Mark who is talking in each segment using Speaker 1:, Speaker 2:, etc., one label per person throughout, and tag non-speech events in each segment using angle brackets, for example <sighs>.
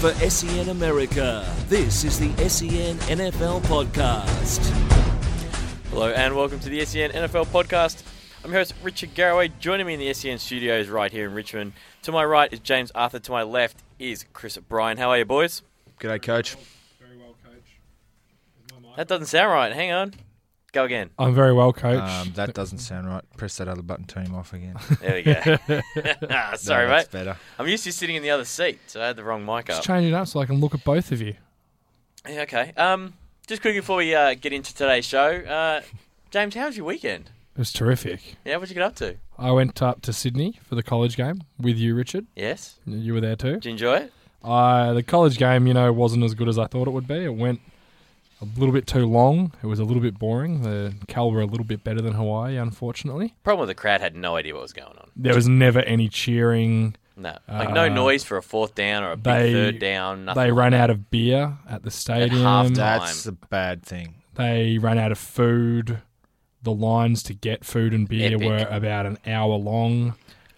Speaker 1: For SEN America, this is the E SEN NFL Podcast.
Speaker 2: Hello and welcome to the E SEN NFL podcast. I'm your host Richard Garraway. Joining me in the E SEN studios right here in Richmond. To my right is James Arthur. To my left is Chris Bryan. How are you, boys?
Speaker 3: G'day, coach.
Speaker 4: Very well, coach.
Speaker 2: That doesn't sound right. Hang on. Go again.
Speaker 4: I'm very well, coach.
Speaker 3: Um, that doesn't sound right. Press that other button, turn him off
Speaker 4: <laughs>
Speaker 3: again.
Speaker 2: There
Speaker 3: <laughs>
Speaker 2: we go. <laughs> Ah, Sorry,
Speaker 3: No,
Speaker 2: mate.
Speaker 3: that's better.
Speaker 2: I'm used to sitting in the other seat, so I had the wrong mic up.
Speaker 4: Just change it up so I can look at both of you.
Speaker 2: Yeah, okay. Um, just quickly before we uh, get into today's show, uh, James, how was your weekend?
Speaker 4: It was terrific.
Speaker 2: Yeah, what'd you get up to?
Speaker 4: I went up to Sydney for the college game with you, Richard.
Speaker 2: Yes.
Speaker 4: You were there too.
Speaker 2: Did you enjoy it?
Speaker 4: Uh, the college game, you know, wasn't as good as I thought it would be. It went a little bit too long. It was a little bit boring. The Cal were a little bit better than Hawaii, unfortunately.
Speaker 2: Problem with the crowd had no idea what was going on.
Speaker 4: There was never any cheering.
Speaker 2: No, like no
Speaker 4: Uh,
Speaker 2: noise for a fourth down or a big
Speaker 4: they-
Speaker 2: third down. Nothing.
Speaker 4: They ran out of beer at the stadium.
Speaker 2: halftime.
Speaker 3: That's a bad thing.
Speaker 4: They ran out of food. The lines to get food and beer
Speaker 2: Epic.
Speaker 4: were about an hour long.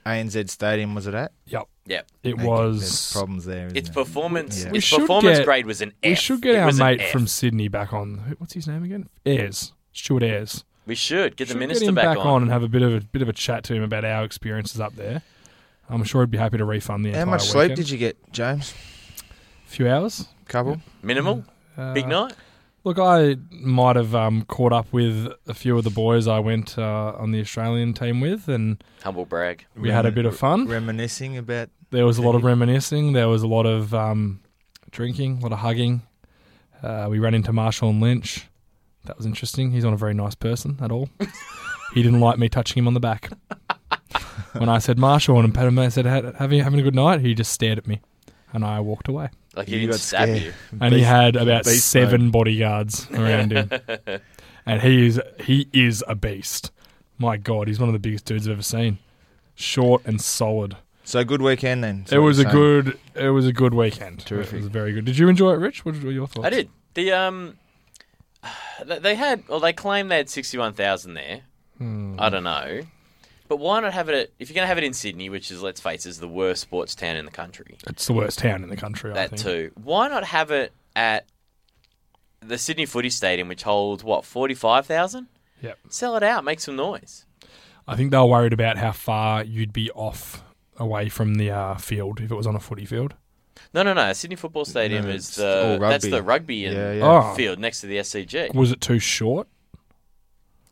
Speaker 3: ANZ Stadium was it at?
Speaker 4: Yep.
Speaker 2: Yep.
Speaker 4: It
Speaker 3: Hey, There's
Speaker 4: was.
Speaker 3: problems there. Isn't
Speaker 2: Its
Speaker 3: there?
Speaker 2: performance,
Speaker 3: Yeah.
Speaker 4: We
Speaker 2: its
Speaker 4: should
Speaker 2: performance
Speaker 4: get-
Speaker 2: grade was an F.
Speaker 4: We should get
Speaker 2: It
Speaker 4: our
Speaker 2: was an
Speaker 4: mate
Speaker 2: F.
Speaker 4: from Sydney back on. Who- What's his name again? Ayres. Stuart Ayres.
Speaker 2: We should get the
Speaker 4: Should
Speaker 2: minister
Speaker 4: get him
Speaker 2: back, on.
Speaker 4: and have a bit of a bit of a chat to him about our experiences up there. I'm sure he'd be happy to refund the
Speaker 3: How
Speaker 4: entire
Speaker 3: much
Speaker 4: weekend.
Speaker 3: sleep did you get, James?
Speaker 4: A few hours.
Speaker 3: Couple.
Speaker 2: Minimal,
Speaker 4: Uh,
Speaker 2: big night.
Speaker 4: Look, I might have um, caught up with a few of the boys I went uh, on the Australian team with, and
Speaker 2: Humble brag.
Speaker 4: we had a bit of fun.
Speaker 3: Reminiscing about.
Speaker 4: There was
Speaker 3: <laughs>
Speaker 4: a lot of reminiscing. There was a lot of um, drinking, a lot of hugging. Uh, we ran into Marshall and Lynch. That was interesting. He's not a very nice person at
Speaker 3: <laughs>
Speaker 4: all. he didn't like me touching him on the back. when I said Marshall and Pat I said, "Ha- "Have you having a good night?" He just stared at me, and I walked away.
Speaker 2: Like he
Speaker 3: You
Speaker 2: didn't
Speaker 3: got
Speaker 2: stab
Speaker 3: scared.
Speaker 2: you.
Speaker 4: And he
Speaker 3: Beast-
Speaker 4: had about
Speaker 3: beast
Speaker 4: seven bodyguards
Speaker 3: <laughs>
Speaker 4: around him, and he is he is a beast. My God, he's one of the biggest dudes I've ever seen. Short and solid.
Speaker 3: So good weekend then.
Speaker 4: It was a good. It was a good weekend.
Speaker 3: Terrific.
Speaker 4: It was very good. Did you enjoy it, Rich? What were your thoughts?
Speaker 2: I did. The um, <sighs> th- they had. Well, they claimed they had sixty-one thousand there.
Speaker 4: Hmm.
Speaker 2: I don't know, but why not have it? At, if you're going to have it in Sydney, which is let's face, it, is the worst sports town in the country.
Speaker 4: It's the worst town in the country. I
Speaker 2: That
Speaker 4: think.
Speaker 2: too. Why not have it at the Sydney Footy Stadium, which holds what forty-five thousand?
Speaker 4: Yep.
Speaker 2: Sell it out, make some noise.
Speaker 4: I think they were worried about how far you'd be off away from the uh, field if it was on a footy field.
Speaker 2: No, no, no. Sydney Football Stadium
Speaker 3: No,
Speaker 2: is
Speaker 3: it's
Speaker 2: the
Speaker 3: all
Speaker 2: that's
Speaker 3: rugby.
Speaker 2: the rugby and
Speaker 3: Yeah, yeah.
Speaker 4: Oh.
Speaker 2: field next to the SCG.
Speaker 4: Was it too short?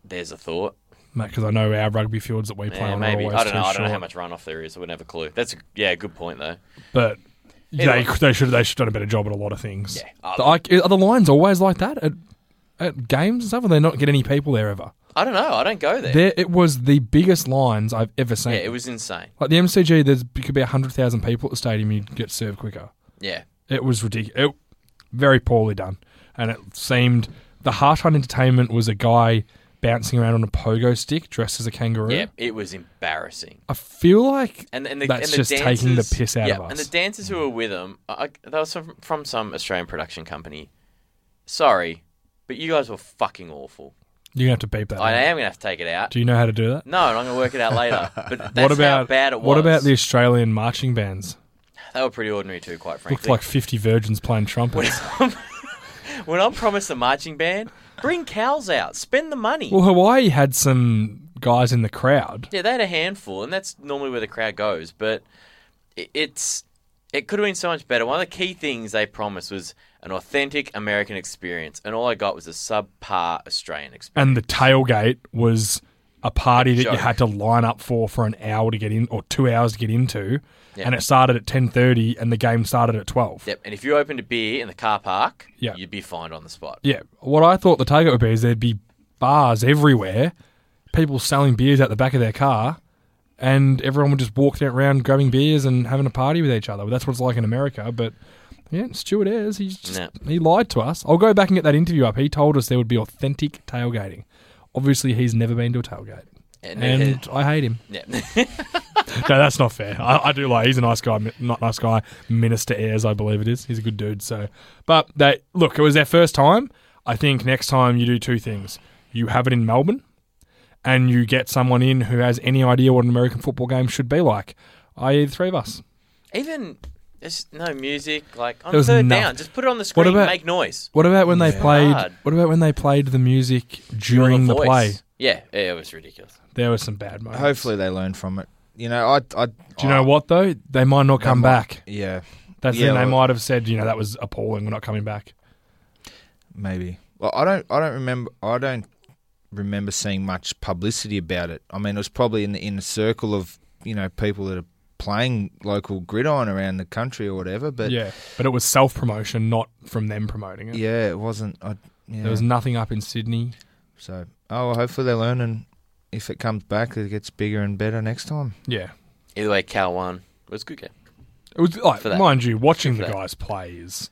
Speaker 2: There's a thought.
Speaker 4: Because I know our rugby fields that we play
Speaker 2: Yeah,
Speaker 4: on
Speaker 2: maybe
Speaker 4: are always
Speaker 2: I don't
Speaker 4: too
Speaker 2: know. I
Speaker 4: short.
Speaker 2: don't know how much runoff there is. I wouldn't have a clue. That's a, yeah, good point though.
Speaker 4: But
Speaker 2: Anyway.
Speaker 4: they they should they should have done a better job at a lot of things.
Speaker 2: Yeah. Uh,
Speaker 4: The- like, are the lines always like that at, at games and stuff? Or they not get any people there ever?
Speaker 2: I don't know. I don't go there.
Speaker 4: There, it was the biggest lines I've ever seen.
Speaker 2: yeah, it was insane.
Speaker 4: Like the MCG, there's it could be hundred thousand people at the stadium. You'd get served quicker.
Speaker 2: Yeah,
Speaker 4: It was ridiculous. It, very poorly done, and it seemed the Heart Hunt Entertainment was a guy bouncing around on a pogo stick dressed as a kangaroo.
Speaker 2: yeah, it was embarrassing.
Speaker 4: I feel like
Speaker 2: And and the,
Speaker 4: That's
Speaker 2: and the
Speaker 4: just taking the
Speaker 2: dancers-
Speaker 4: piss out
Speaker 2: yeah,
Speaker 4: of
Speaker 2: And
Speaker 4: us.
Speaker 2: the dancers who were with them, I, I- they were some, from some Australian production company. Sorry, but you guys were fucking awful.
Speaker 4: you're gonna have to beep that.
Speaker 2: I
Speaker 4: out.
Speaker 2: am gonna have to take it out.
Speaker 4: Do you know how to do that?
Speaker 2: No, and I'm gonna work it out
Speaker 4: <laughs>
Speaker 2: later. But that's
Speaker 4: what about
Speaker 2: how bad it was.
Speaker 4: what about the Australian marching bands?
Speaker 2: They were pretty ordinary too, quite
Speaker 4: Looked
Speaker 2: frankly.
Speaker 4: like fifty virgins playing trumpets.
Speaker 2: when I'm promised a marching band, bring cows out, spend the money.
Speaker 4: well, Hawaii had some guys in the crowd.
Speaker 2: yeah, they had a handful, and that's normally where the crowd goes. But i- it's it could have been so much better. One of the key things they promised was an authentic American experience, and all I got was a subpar Australian experience.
Speaker 4: and the tailgate was a party that
Speaker 2: Joke.
Speaker 4: you had to line up for for an hour to get in or two hours to get into
Speaker 2: Yeah.
Speaker 4: and it started at 10.30 and the game started at 12
Speaker 2: Yep, and if you opened a beer in the car park,
Speaker 4: Yeah.
Speaker 2: you'd be fined on the spot.
Speaker 4: yeah what i thought the tailgate would be is there'd be bars everywhere people selling beers out the back of their car, and everyone would just walk out around grabbing beers and having a party with each other. That's what it's like in America. But yeah, Stuart Ayres, he's just,
Speaker 2: No.
Speaker 4: he lied to us. I'll go back and get that interview up. He told us there would be authentic tailgating. Obviously, he's never been to a tailgate,
Speaker 2: And,
Speaker 4: and I hate him.
Speaker 2: <laughs> yeah.
Speaker 4: No, that's not fair. I, I do like. He's a nice guy, mi- not nice guy. Minister Ayres, I believe it is. He's a good dude. So, but they look. It was their first time. I think next time you do two things. You have it in Melbourne, and you get someone in who has any idea what an American football game should be like. I.e., the three of us.
Speaker 2: Even there's no music. Like on
Speaker 4: There was
Speaker 2: third
Speaker 4: no-
Speaker 2: down, just put it on the screen.
Speaker 4: about-
Speaker 2: make noise
Speaker 4: What about when they played?
Speaker 2: Hard.
Speaker 4: What about when they played the music
Speaker 2: Or
Speaker 4: during the,
Speaker 2: voice.
Speaker 4: play?
Speaker 2: Yeah, yeah, it was ridiculous.
Speaker 4: There were some bad moments.
Speaker 3: Hopefully they learn from it. You know, I. I do
Speaker 4: Do you know what though? They might not come back.
Speaker 3: Yeah,
Speaker 4: That's
Speaker 3: Yeah,
Speaker 4: when they
Speaker 3: well-
Speaker 4: might have said, you know, that was appalling. We're not coming back.
Speaker 3: maybe. Well, I don't. I don't remember. I don't remember seeing much publicity about it. I mean, it was probably in the inner circle of you know people that are playing local gridiron around the country or whatever. But
Speaker 4: yeah, but it was self promotion, not from them promoting it.
Speaker 3: yeah, it wasn't. I, yeah.
Speaker 4: There was nothing up in Sydney.
Speaker 3: so oh, well, hopefully they learn, and if it comes back, it gets bigger and better next
Speaker 4: <laughs>
Speaker 3: time.
Speaker 4: Yeah,
Speaker 2: Either way, Cal won. It was a good game.
Speaker 4: it was like,
Speaker 2: For that.
Speaker 4: mind you, watching the
Speaker 2: For that.
Speaker 4: guys play is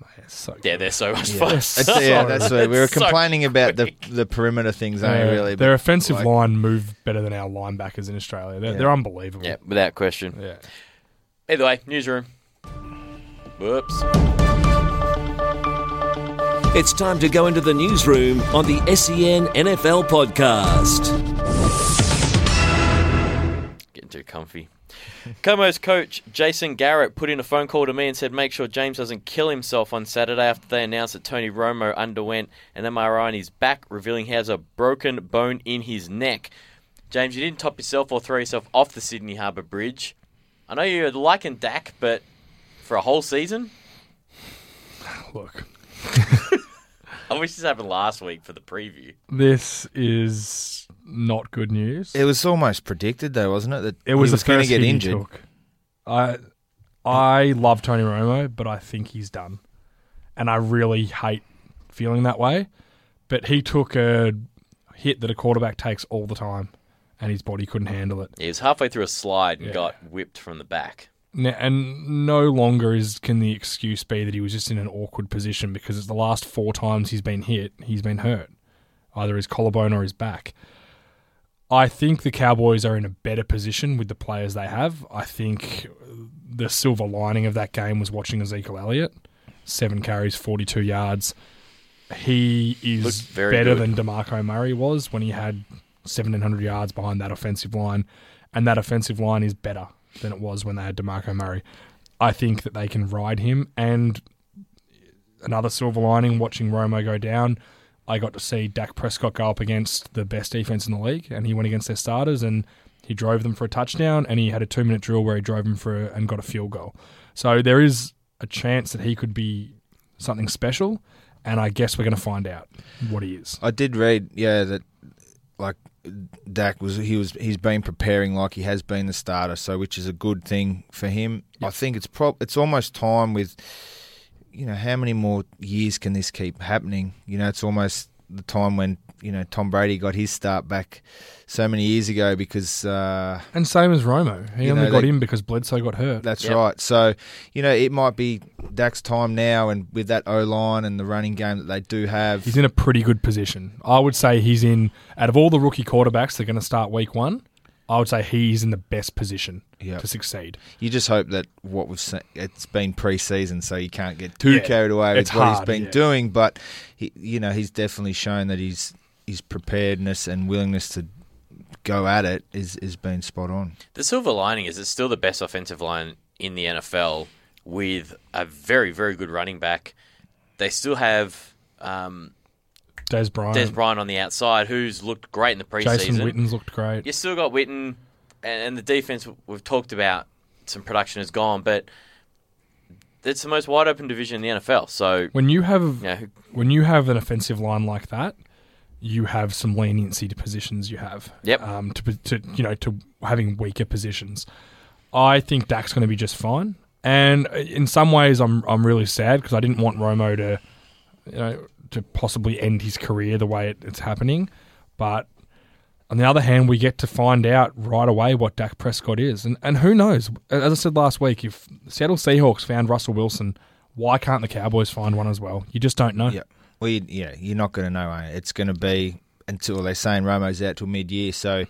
Speaker 4: man, it's so
Speaker 2: Yeah,
Speaker 4: good.
Speaker 2: they're so much
Speaker 4: Yeah.
Speaker 2: fun.
Speaker 4: Yes.
Speaker 3: That's, yeah,
Speaker 2: <laughs>
Speaker 4: Sorry.
Speaker 3: that's what we were
Speaker 2: So
Speaker 3: complaining about the the perimeter things only
Speaker 4: Uh,
Speaker 3: really.
Speaker 4: their offensive
Speaker 3: like-
Speaker 4: line move better than our linebackers in Australia. They're,
Speaker 3: Yeah.
Speaker 4: they're unbelievable.
Speaker 2: Yeah, without question.
Speaker 4: Yeah.
Speaker 2: Either way, newsroom. Whoops.
Speaker 1: It's time to go into the newsroom on the E SEN NFL podcast.
Speaker 2: Getting too <laughs> comfy. Como's coach Jason Garrett put in a phone call to me and said, "Make sure James doesn't kill himself on Saturday after they announced that Tony Romo underwent an MRI on his back, revealing he has a broken bone in his neck." James, you didn't top yourself or throw yourself off the Sydney Harbour Bridge. I know you're liking Dak, but for a whole season,
Speaker 4: Look,
Speaker 2: I wish this happened last week for the preview.
Speaker 4: this is not good news.
Speaker 3: It was almost predicted, though, wasn't it? That
Speaker 4: It was,
Speaker 3: he was
Speaker 4: the
Speaker 3: going to
Speaker 4: first
Speaker 3: get
Speaker 4: hit he
Speaker 3: injured.
Speaker 4: took. I I love Tony Romo, but I think he's done, and I really hate feeling that way. But he took a hit that a quarterback takes all the time, and his body couldn't handle it.
Speaker 2: He was halfway through a slide and
Speaker 4: Yeah.
Speaker 2: got whipped from the back.
Speaker 4: N- And no longer is can the excuse be that he was just in an awkward position because it's the last four times he's been hit, he's been hurt, either his collarbone or his back. I think the Cowboys are in a better position with the players they have. I think the silver lining of that game was watching Ezekiel Elliott, seven carries, forty-two yards. He
Speaker 2: Looked
Speaker 4: is
Speaker 2: very
Speaker 4: better
Speaker 2: good.
Speaker 4: than Demarco Murray was when he had seventeen hundred yards behind that offensive line, and that offensive line is better than it was when they had Demarco Murray. I think that they can ride him, and another silver lining watching Romo go down. I got to see Dak Prescott go up against the best defense in the league, and he went against their starters, and he drove them for a touchdown, and he had a two-minute drill where he drove them for a, and got a field goal. So there is a chance that he could be something special, and I guess we're going to find out what he is.
Speaker 3: I did read, yeah, that like Dak was he was he's been preparing like he has been the starter, so which is a good thing for him. I think it's prob it's almost time with you know how many more years can this keep happening? You know, it's almost the time when you know Tom Brady got his start back so many years ago because. Uh,
Speaker 4: And same as Romo, he
Speaker 3: You
Speaker 4: only
Speaker 3: know,
Speaker 4: got
Speaker 3: they-
Speaker 4: in because Bledsoe got hurt.
Speaker 3: That's
Speaker 2: Yep.
Speaker 3: right. So, you know, it might be Dak's time now, and with that O line and the running game that they do have,
Speaker 4: He's in a pretty good position. I would say he's in out of all the rookie quarterbacks that are going to start week one. I would say he's in the best position
Speaker 3: Yep.
Speaker 4: to succeed.
Speaker 3: you just hope that what we've seen, it's been preseason, so you can't get too
Speaker 4: Yeah.
Speaker 3: carried away with
Speaker 4: It's
Speaker 3: what
Speaker 4: hard,
Speaker 3: he's been
Speaker 4: yeah.
Speaker 3: doing. But, he, you know, he's definitely shown that his his preparedness and willingness to go at it is is been spot
Speaker 4: <laughs>
Speaker 3: on.
Speaker 2: The silver lining is it's still the best offensive line in the NFL with a very, very good running back. They still have um,
Speaker 4: Des Bryant,
Speaker 2: Des Bryant on the outside, who's looked great in the preseason.
Speaker 4: Jason Witten's looked great.
Speaker 2: You still got Witten, and, and the defense we've talked about. Some production is gone, but it's the most wide open division in the NFL. So,
Speaker 4: When you have
Speaker 2: you know, who-
Speaker 4: when you have an offensive line like that, you have some leniency to positions you have.
Speaker 2: Yep.
Speaker 4: Um, to, to you know to having weaker positions, I think Dak's going to be just fine. And uh, in some ways, I'm I'm really sad because I didn't want Romo to, you know, to possibly end his career the way it, it's happening. But On the other hand, we get to find out right away what Dak Prescott is. And, and who knows? As I said last week, if Seattle Seahawks found Russell Wilson, why can't the Cowboys find one as well? You just don't know.
Speaker 3: Yeah. Well, you, yeah, you're not going to know. eh? It's going to be until they're saying Romo's out till mid-year. So,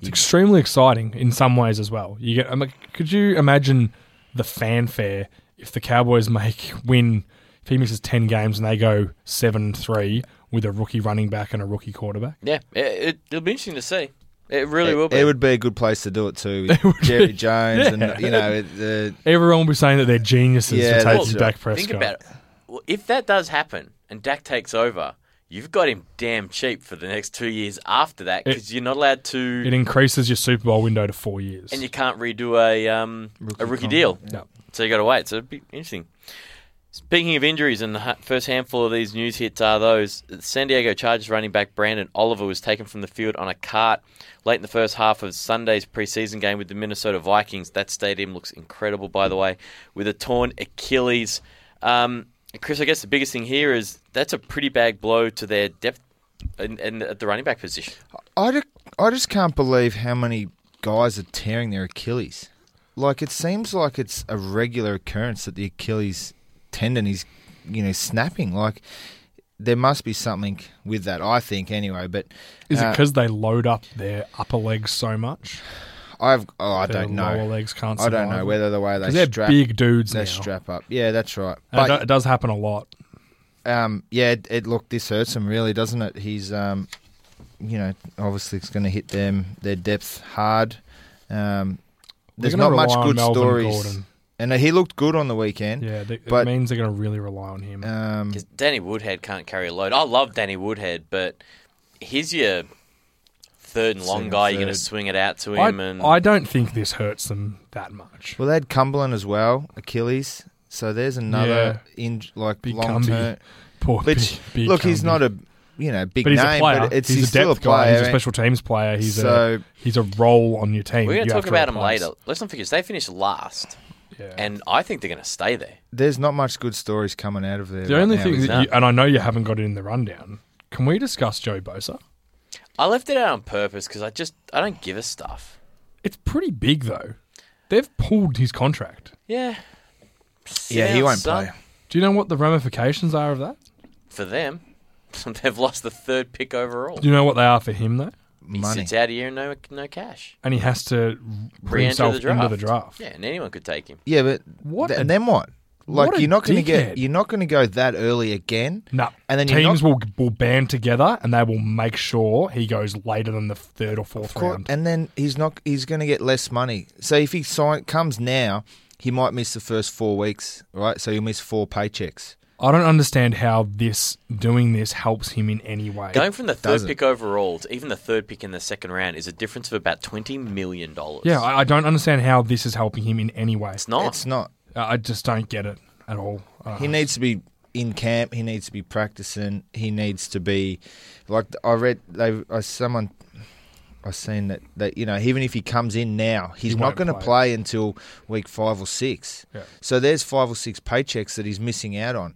Speaker 4: It's extremely exciting in some ways as well. You get, I mean, could you imagine the fanfare if the Cowboys make <laughs> win? If he misses ten games and they go seven three with a rookie running back and a rookie quarterback,
Speaker 2: Yeah, it, it, it'll be interesting to see. It really will
Speaker 3: it,
Speaker 2: be.
Speaker 3: it would be a good place to do it
Speaker 4: <laughs>
Speaker 3: too. With Jerry Jones and you know it, the
Speaker 4: everyone will be saying that they're geniuses
Speaker 3: Yeah,
Speaker 4: for
Speaker 3: that's
Speaker 4: taking
Speaker 3: right.
Speaker 4: back Prescott.
Speaker 2: Think about it. Well, If that does happen and Dak takes over, you've got him damn cheap for the next two years after that because you're not allowed to,
Speaker 4: It increases your Super Bowl window to four years.
Speaker 2: and you can't redo a um, a rookie deal.
Speaker 4: No.
Speaker 2: So you got to wait. So it'd be interesting. Speaking of injuries, and the ha- first handful of these news hits are those San Diego Chargers running back Brandon Oliver was taken from the field on a cart late in the first half of Sunday's preseason game with the Minnesota Vikings. That stadium looks incredible, by the way, with a torn Achilles. Um, Chris, I guess the biggest thing here is that's a pretty bad blow to their depth and, and at the running back position.
Speaker 3: I just, I just can't believe how many guys are tearing their Achilles. Like it seems like it's a regular occurrence that the Achilles tendon is, you know, snapping. Like there must be something with that. I think anyway. But
Speaker 4: Is it
Speaker 3: uh,
Speaker 4: because they load up their upper legs so much?
Speaker 3: I've oh, I
Speaker 4: Their
Speaker 3: don't
Speaker 4: Lower
Speaker 3: know.
Speaker 4: legs can't.
Speaker 3: I don't
Speaker 4: survive
Speaker 3: know
Speaker 4: it?
Speaker 3: whether the way they
Speaker 4: 'Cause they're
Speaker 3: strap
Speaker 4: big dudes
Speaker 3: they
Speaker 4: now.
Speaker 3: strap up. Yeah, that's right.
Speaker 4: And it, do-
Speaker 3: But
Speaker 4: it does happen a lot.
Speaker 3: um, yeah, it, it look this hurts them really, doesn't it? He's um, you know, obviously it's going to hit them their depth hard. Um,
Speaker 4: They're
Speaker 3: there's
Speaker 4: gonna
Speaker 3: not much
Speaker 4: rely on
Speaker 3: good
Speaker 4: Melvin
Speaker 3: stories,
Speaker 4: Gordon.
Speaker 3: and he looked good on the weekend.
Speaker 4: Yeah, they, it
Speaker 3: But-
Speaker 4: means they're going to really rely on him.
Speaker 3: Um,
Speaker 2: Because Danny Woodhead can't carry a load. I love Danny Woodhead, but he's your third and long
Speaker 3: Second,
Speaker 2: guy. You're going to
Speaker 3: third.
Speaker 2: swing it out to
Speaker 4: I,
Speaker 2: him, and
Speaker 4: I don't think this hurts them that much.
Speaker 3: well, they had Cumberland as well, Achilles. So there's another in like
Speaker 4: Big
Speaker 3: long
Speaker 4: Cumbie. <laughs>
Speaker 3: term.
Speaker 4: Poor
Speaker 3: Which
Speaker 4: big, big
Speaker 3: look, he's
Speaker 4: Cumbie.
Speaker 3: not a you know big
Speaker 4: but he's
Speaker 3: name,
Speaker 4: a player.
Speaker 3: but it's
Speaker 4: he's,
Speaker 3: he's,
Speaker 4: a depth
Speaker 3: still a player.
Speaker 4: guy. He's a special teams player. He's
Speaker 3: So-
Speaker 4: a he's a role on your team.
Speaker 2: we're going
Speaker 4: You
Speaker 2: to
Speaker 4: have
Speaker 2: talk about him
Speaker 4: replace.
Speaker 2: later. Let's not forget they finished last,
Speaker 4: Yeah.
Speaker 2: and I think they're going to stay there.
Speaker 3: There's not much good stories coming out of there.
Speaker 4: the
Speaker 3: right
Speaker 4: only
Speaker 3: now,
Speaker 4: thing,
Speaker 3: is
Speaker 4: that
Speaker 3: there?
Speaker 4: you, and I know you haven't got it in the rundown. Can we discuss Joe Bosa?
Speaker 2: I left it out on purpose because I just I don't give a stuff.
Speaker 4: It's pretty big though. They've pulled his contract.
Speaker 2: Yeah,
Speaker 3: yeah, he
Speaker 2: Sounds
Speaker 3: won't
Speaker 2: son-
Speaker 3: play.
Speaker 4: Do you know what the ramifications are of that?
Speaker 2: for them. <laughs> They've lost the third pick overall.
Speaker 4: Do you know what they are for him though?
Speaker 2: He
Speaker 3: Money.
Speaker 2: sits out a year, and no no cash.
Speaker 4: And he has to put
Speaker 2: Re-enter
Speaker 4: himself
Speaker 2: the draft.
Speaker 4: into the draft.
Speaker 2: Yeah, and anyone could take him.
Speaker 3: Yeah, but
Speaker 4: What
Speaker 3: what?
Speaker 4: a-
Speaker 3: and then what? Like
Speaker 4: what a
Speaker 3: you're not going to
Speaker 4: dickhead.
Speaker 3: get you're not going to go that early again.
Speaker 4: No,
Speaker 3: And then you're
Speaker 4: teams
Speaker 3: not-
Speaker 4: will will band together and they will make sure he goes later than the third or fourth round.
Speaker 3: And then he's not he's going to get less money. So if he sign, comes now, he might miss the first four weeks, right? So he'll miss four paychecks.
Speaker 4: I don't understand how this doing this helps him in any way.
Speaker 2: Going from the 3rd
Speaker 3: doesn't.
Speaker 2: pick overall to even the third pick in the second round is a difference of about twenty million dollars.
Speaker 4: yeah, I, I don't understand how this is helping him in any way.
Speaker 2: it's not.
Speaker 3: It's not.
Speaker 4: I I just don't get it at all. Uh,
Speaker 3: He needs to be in camp. He needs to be practicing. He needs to be like I read. They I, someone I seen that that you know even if he comes in now, he's
Speaker 4: He
Speaker 3: not
Speaker 4: won't
Speaker 3: going to
Speaker 4: play.
Speaker 3: play until week five or six.
Speaker 4: Yeah.
Speaker 3: So there's five or six paychecks that he's missing out on.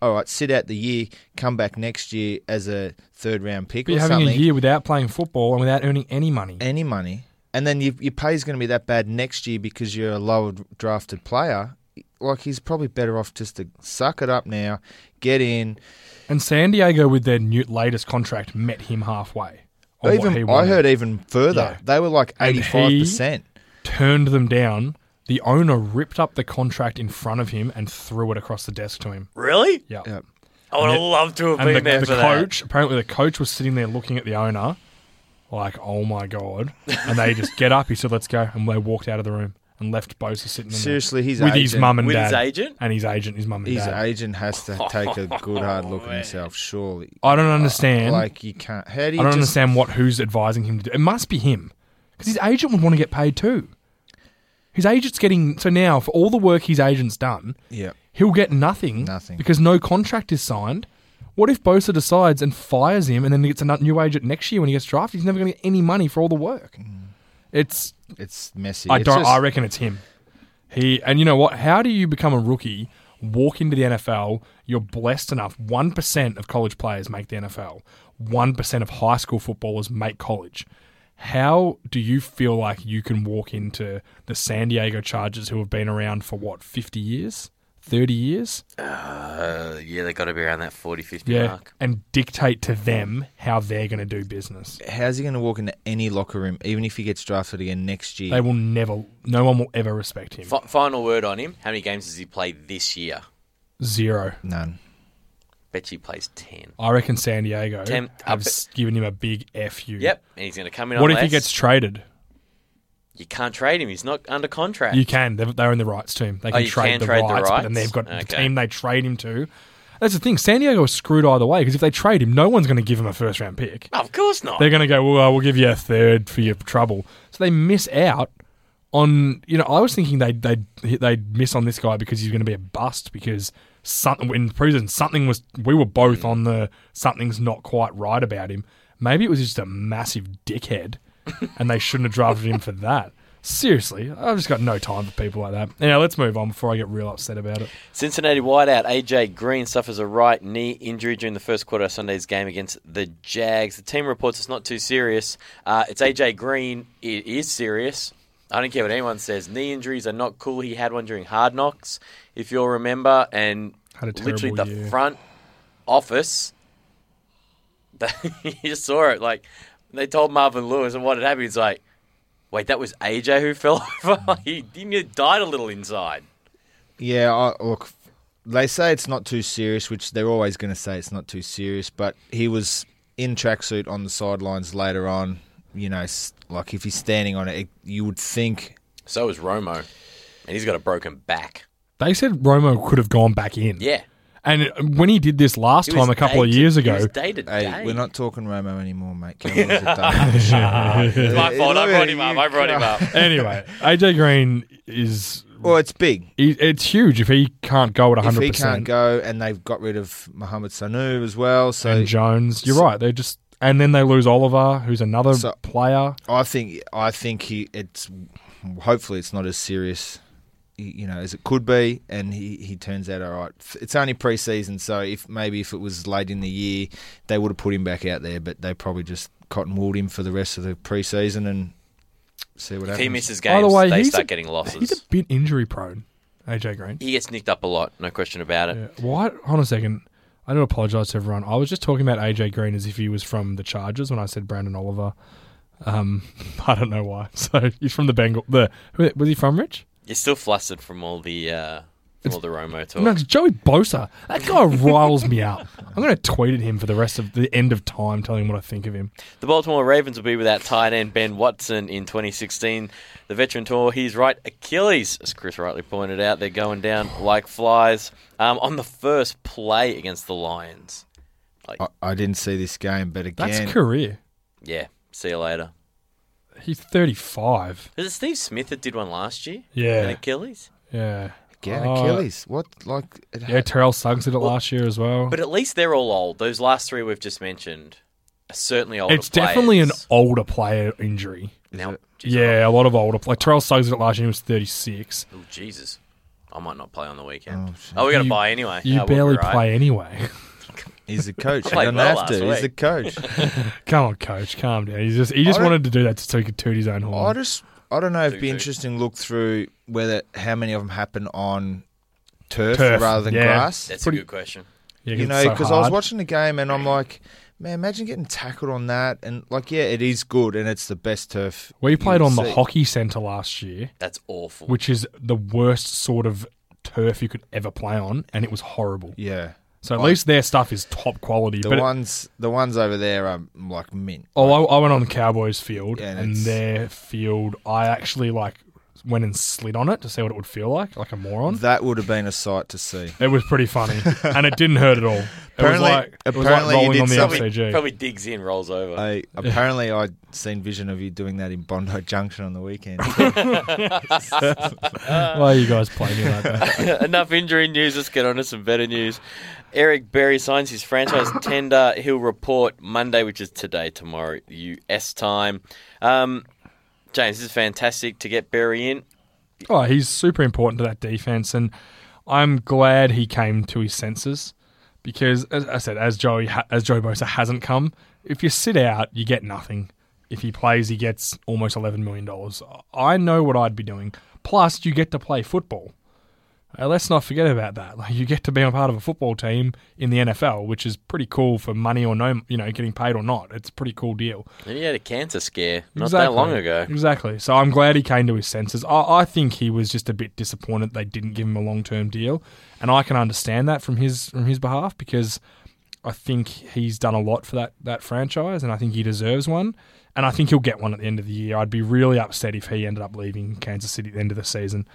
Speaker 3: All right, sit out the year, come back next year as a third round pick or
Speaker 4: but you're having
Speaker 3: something.
Speaker 4: a year without playing football and without earning any money.
Speaker 3: any money, and then your, your pay's going to be that bad next year because you're a lower drafted player. Like he's probably better off just to suck it up now, get in.
Speaker 4: And San Diego, with their new, latest contract, met him halfway. on what he
Speaker 3: even I
Speaker 4: wanted.
Speaker 3: heard even further,
Speaker 4: Yeah.
Speaker 3: they were like
Speaker 4: And
Speaker 3: eighty five percent.
Speaker 4: turned them down. The owner ripped up the contract in front of him and threw it across the desk to him.
Speaker 2: Really?
Speaker 4: Yeah.
Speaker 2: I would have loved to have
Speaker 4: And
Speaker 2: been
Speaker 4: the,
Speaker 2: there
Speaker 4: the
Speaker 2: for that.
Speaker 4: coach, apparently, the coach was sitting there looking at the owner, like, "Oh my god!" And they just get up. He said, "Let's go," and they walked out of the room and left Bosa sitting in there
Speaker 3: Seriously, his
Speaker 4: with
Speaker 3: agent,
Speaker 4: his mum and
Speaker 2: With
Speaker 4: dad,
Speaker 2: his agent?
Speaker 4: and his agent, his mum and
Speaker 3: his
Speaker 4: dad.
Speaker 3: agent has to take a good hard look
Speaker 4: <laughs>
Speaker 3: at himself. Surely,
Speaker 4: I don't understand.
Speaker 3: like you can't. How do you
Speaker 4: I don't
Speaker 3: just,
Speaker 4: understand what who's advising him to do. It must be him because his agent would want to get paid too. His agent's getting so now for all the work his agent's done,
Speaker 3: Yeah,
Speaker 4: he'll get nothing,
Speaker 3: Nothing.
Speaker 4: because no contract is signed. What if Bosa decides and fires him, and then he gets a nu- new agent next year when he gets drafted? He's never going to get any money for all the work. It's
Speaker 3: it's messy.
Speaker 4: I
Speaker 3: Mm. It's
Speaker 4: don't.
Speaker 3: just-
Speaker 4: I reckon it's him. He and you know what? How do you become a rookie walk into the NFL, you're blessed enough. 1% of college players make the NFL, 1% of high school footballers make college. How do you feel like you can walk into the San Diego Chargers, who have been around for what, 50 years? 30 years?
Speaker 2: Uh, yeah, they got to be around that 40, 50
Speaker 4: Yeah.
Speaker 2: mark.
Speaker 4: And dictate to them how they're going to do business.
Speaker 3: How's he going to walk into any locker room, even if he gets drafted again next year?
Speaker 4: They will never, no one will ever respect him.
Speaker 2: F- final word on him. How many games does he play this year?
Speaker 4: Zero.
Speaker 3: None.
Speaker 2: Bet you he plays 10.
Speaker 4: I reckon San Diego
Speaker 2: Tem-
Speaker 4: have
Speaker 2: up-
Speaker 4: s- given him a big fu.
Speaker 2: Yep, and he's going to come in
Speaker 4: What
Speaker 2: on
Speaker 4: if he
Speaker 2: less.
Speaker 4: gets traded?
Speaker 2: You can't trade him. He's not under contract.
Speaker 4: You can. They they own the rights to him. They can,
Speaker 2: Oh, you
Speaker 4: trade,
Speaker 2: can
Speaker 4: the
Speaker 2: trade the
Speaker 4: rights, but then
Speaker 2: rights?
Speaker 4: they've got the
Speaker 2: Okay.
Speaker 4: team they trade him to. That's the thing. San Diego is screwed either way because if they trade him, no one's going to give him a first round pick.
Speaker 2: Oh, of course not.
Speaker 4: They're going to go, well, uh, we'll give you a third for your trouble. So they miss out on, you know, I was thinking they'd, they'd, they'd miss on this guy because he's going to be a bust because something in prison, something was, we were
Speaker 2: Mm.
Speaker 4: both on the something's not quite right about him. Maybe it was just a massive
Speaker 2: <laughs>
Speaker 4: dickhead and they shouldn't have drafted him for that. Seriously, I've just got no time for people like that. Now, let's move on before I get real upset about it.
Speaker 2: Cincinnati wideout AJ Green suffers a right knee injury during the first quarter of Sunday's game against the Jags. The team reports it's not too serious. Uh, it's AJ Green. It is serious. I don't care what anyone says. Knee injuries are not cool. He had one during Hard Knocks, if you'll remember, and
Speaker 4: Had a terrible
Speaker 2: literally the
Speaker 4: year.
Speaker 2: front office. <laughs> you just saw it. Like they told Marvin Lewis, and what had happened, he's like, "Wait, that was AJ who fell <laughs> over. he, he died a little inside."
Speaker 3: Yeah, I, look, they say it's not too serious, which they're always going to say it's not too serious. But he was in tracksuit on the sidelines later on. You know, s- like if he's standing on it, it you would think
Speaker 2: So is Romo, and he's got a broken back.
Speaker 4: They said Romo could have gone back in.
Speaker 2: Yeah,
Speaker 4: And when he did this last
Speaker 2: He
Speaker 4: time,
Speaker 2: was
Speaker 4: a couple of
Speaker 2: day to-
Speaker 4: years
Speaker 2: he
Speaker 4: ago,
Speaker 2: was day to
Speaker 3: Hey,
Speaker 2: day.
Speaker 3: we're not talking Romo anymore, mate. Cameron's a dumb.
Speaker 2: <laughs> It's my fault. I
Speaker 3: Look
Speaker 2: brought
Speaker 3: at
Speaker 2: him
Speaker 3: you.
Speaker 2: up.
Speaker 3: <laughs>
Speaker 2: I brought him up.
Speaker 4: anyway, AJ Green is
Speaker 3: well, it's big.
Speaker 4: he, it's huge. If he can't go at
Speaker 3: If
Speaker 4: 100%,
Speaker 3: he can't go, and they've got rid of Mohamed Sanu as well, so
Speaker 4: and Jones, you're right. They just and then they lose Oliver, who's another
Speaker 3: So-
Speaker 4: player.
Speaker 3: I think I think he. It's hopefully it's not as serious, y- you know, as it could be, and he, he turns out all right. It's only preseason, so if maybe if it was late in the year, they would have put him back out there, but they probably just cotton wooled him for the rest of the preseason and see what
Speaker 2: If
Speaker 3: happens.
Speaker 2: he misses
Speaker 4: By the
Speaker 2: games,
Speaker 4: way,
Speaker 2: they
Speaker 4: he's
Speaker 2: start
Speaker 4: a-
Speaker 2: getting
Speaker 4: He's
Speaker 2: losses.
Speaker 4: a bit injury prone, AJ Green.
Speaker 2: He gets nicked up a lot, no question about it.
Speaker 4: Yeah. Why? Hold on a second. I do apologize to everyone. I was just talking about AJ Green as if he was from the Chargers when I said Brandon Oliver. Um, <laughs> I don't know why. <laughs> So he's from the Bengal. The who- was he from Rich?
Speaker 2: You're still flustered from all the uh, from all the Romo talk.
Speaker 4: No, it's Joey Bosa. That guy riles me up. I'm going to tweet at him for the rest of the end of time, telling him what I think of him.
Speaker 2: The Baltimore Ravens will be without tight end Ben Watson in 2016. The veteran tore his right Achilles, as Chris rightly pointed out. They're going down like flies um, on the first play against the Lions.
Speaker 3: I, I didn't see this game, but again,
Speaker 4: That's career.
Speaker 2: Yeah, see you later.
Speaker 4: He's 35.
Speaker 2: Was it Steve Smith that did one last year?
Speaker 4: Yeah.
Speaker 2: An Achilles?
Speaker 4: Yeah.
Speaker 3: again
Speaker 4: Oh,
Speaker 3: Achilles. What like? It,
Speaker 4: Yeah, Terrell Suggs did it last year as well.
Speaker 2: But at least they're all old. Those last three we've just mentioned are certainly older.
Speaker 4: it's definitely an
Speaker 2: players.
Speaker 4: older player injury.
Speaker 2: Now, geez,
Speaker 4: Yeah, a lot of older. Like Terrell Suggs did it last year. He was 36.
Speaker 2: oh, Jesus, I might not play on the weekend. Oh, we got to
Speaker 4: You-
Speaker 2: buy anyway.
Speaker 4: You
Speaker 2: Uh, we'll be
Speaker 4: barely
Speaker 2: right.
Speaker 4: play anyway. <laughs>
Speaker 3: he's a coach. He
Speaker 2: <laughs> played
Speaker 3: doesn't
Speaker 2: well
Speaker 3: have to.
Speaker 2: last
Speaker 3: He's a
Speaker 2: week.
Speaker 3: coach.
Speaker 4: Come on, coach, calm down. He's just he just
Speaker 3: I don't-
Speaker 4: wanted to do that so he could toot his own
Speaker 3: I
Speaker 4: horn.
Speaker 3: just I don't know. It'd be
Speaker 2: Two-two.
Speaker 3: interesting to look through whether how many of them happen on turf,
Speaker 4: Turf,
Speaker 3: rather than
Speaker 4: yeah.
Speaker 3: grass.
Speaker 2: That's
Speaker 4: Pretty-
Speaker 2: a good question.
Speaker 4: Yeah,
Speaker 3: you
Speaker 4: it's
Speaker 3: know,
Speaker 4: so
Speaker 3: because I was
Speaker 4: hard.
Speaker 3: watching the game and I'm like, man, imagine getting tackled on that. And like, yeah, it is good and it's the best turf.
Speaker 4: We
Speaker 3: you
Speaker 4: played
Speaker 3: would
Speaker 4: on the
Speaker 3: see.
Speaker 4: hockey centre last year,
Speaker 2: That's awful.
Speaker 4: which is the worst sort of turf you could ever play on, and it was horrible.
Speaker 3: Yeah,
Speaker 4: So at
Speaker 3: Like-
Speaker 4: least their stuff is top quality.
Speaker 3: the
Speaker 4: but it-
Speaker 3: ones the ones over there are like mint.
Speaker 4: oh, I, I went on the Cowboys field,
Speaker 3: Yeah, and
Speaker 4: and
Speaker 3: it's-
Speaker 4: their field, I actually like went and slid on it to see what it would feel like, like a moron.
Speaker 3: That would have been a sight to see.
Speaker 4: It was pretty funny, and it didn't hurt at all. It
Speaker 3: Apparently-
Speaker 4: was like, it was like
Speaker 3: apparently you
Speaker 4: rolling
Speaker 3: did
Speaker 4: on the
Speaker 3: something-
Speaker 4: FCG.
Speaker 2: probably digs in, rolls over.
Speaker 3: I,
Speaker 4: <laughs>
Speaker 3: apparently, I'd seen vision of you doing that in Bondi <laughs> Junction on the
Speaker 4: <laughs>
Speaker 3: weekend.
Speaker 4: Why you guys play me like that?
Speaker 2: <laughs> Enough injury news. Let's get on to some better news. Eric Berry signs his franchise tender. He'll report Monday, which is today, tomorrow, US time. Um, James, this is fantastic to get Berry in.
Speaker 4: Oh, he's super important to that defense, and I'm glad he came to his senses because, as I said, as Joey ha- as Joey Bosa hasn't come, if you sit out, you get nothing. If he plays, he gets almost eleven million dollars. I know what I'd be doing. Plus, you get to play football. Uh, let's not forget about that. <laughs> Like you get to be a part of a football team in the NFL, which is pretty cool for money or no, you know, getting paid or not. It's a pretty cool deal.
Speaker 2: And he had a cancer scare not that long ago.
Speaker 4: Exactly. So I'm glad he came to his senses. I, I think he was just a bit disappointed they didn't give him a long term deal, and I can understand that from his from his behalf because I think he's done a lot for that that franchise, and I think he deserves one. And I think he'll get one at the end of the year. I'd be really upset if he ended up leaving Kansas City at the end of the season.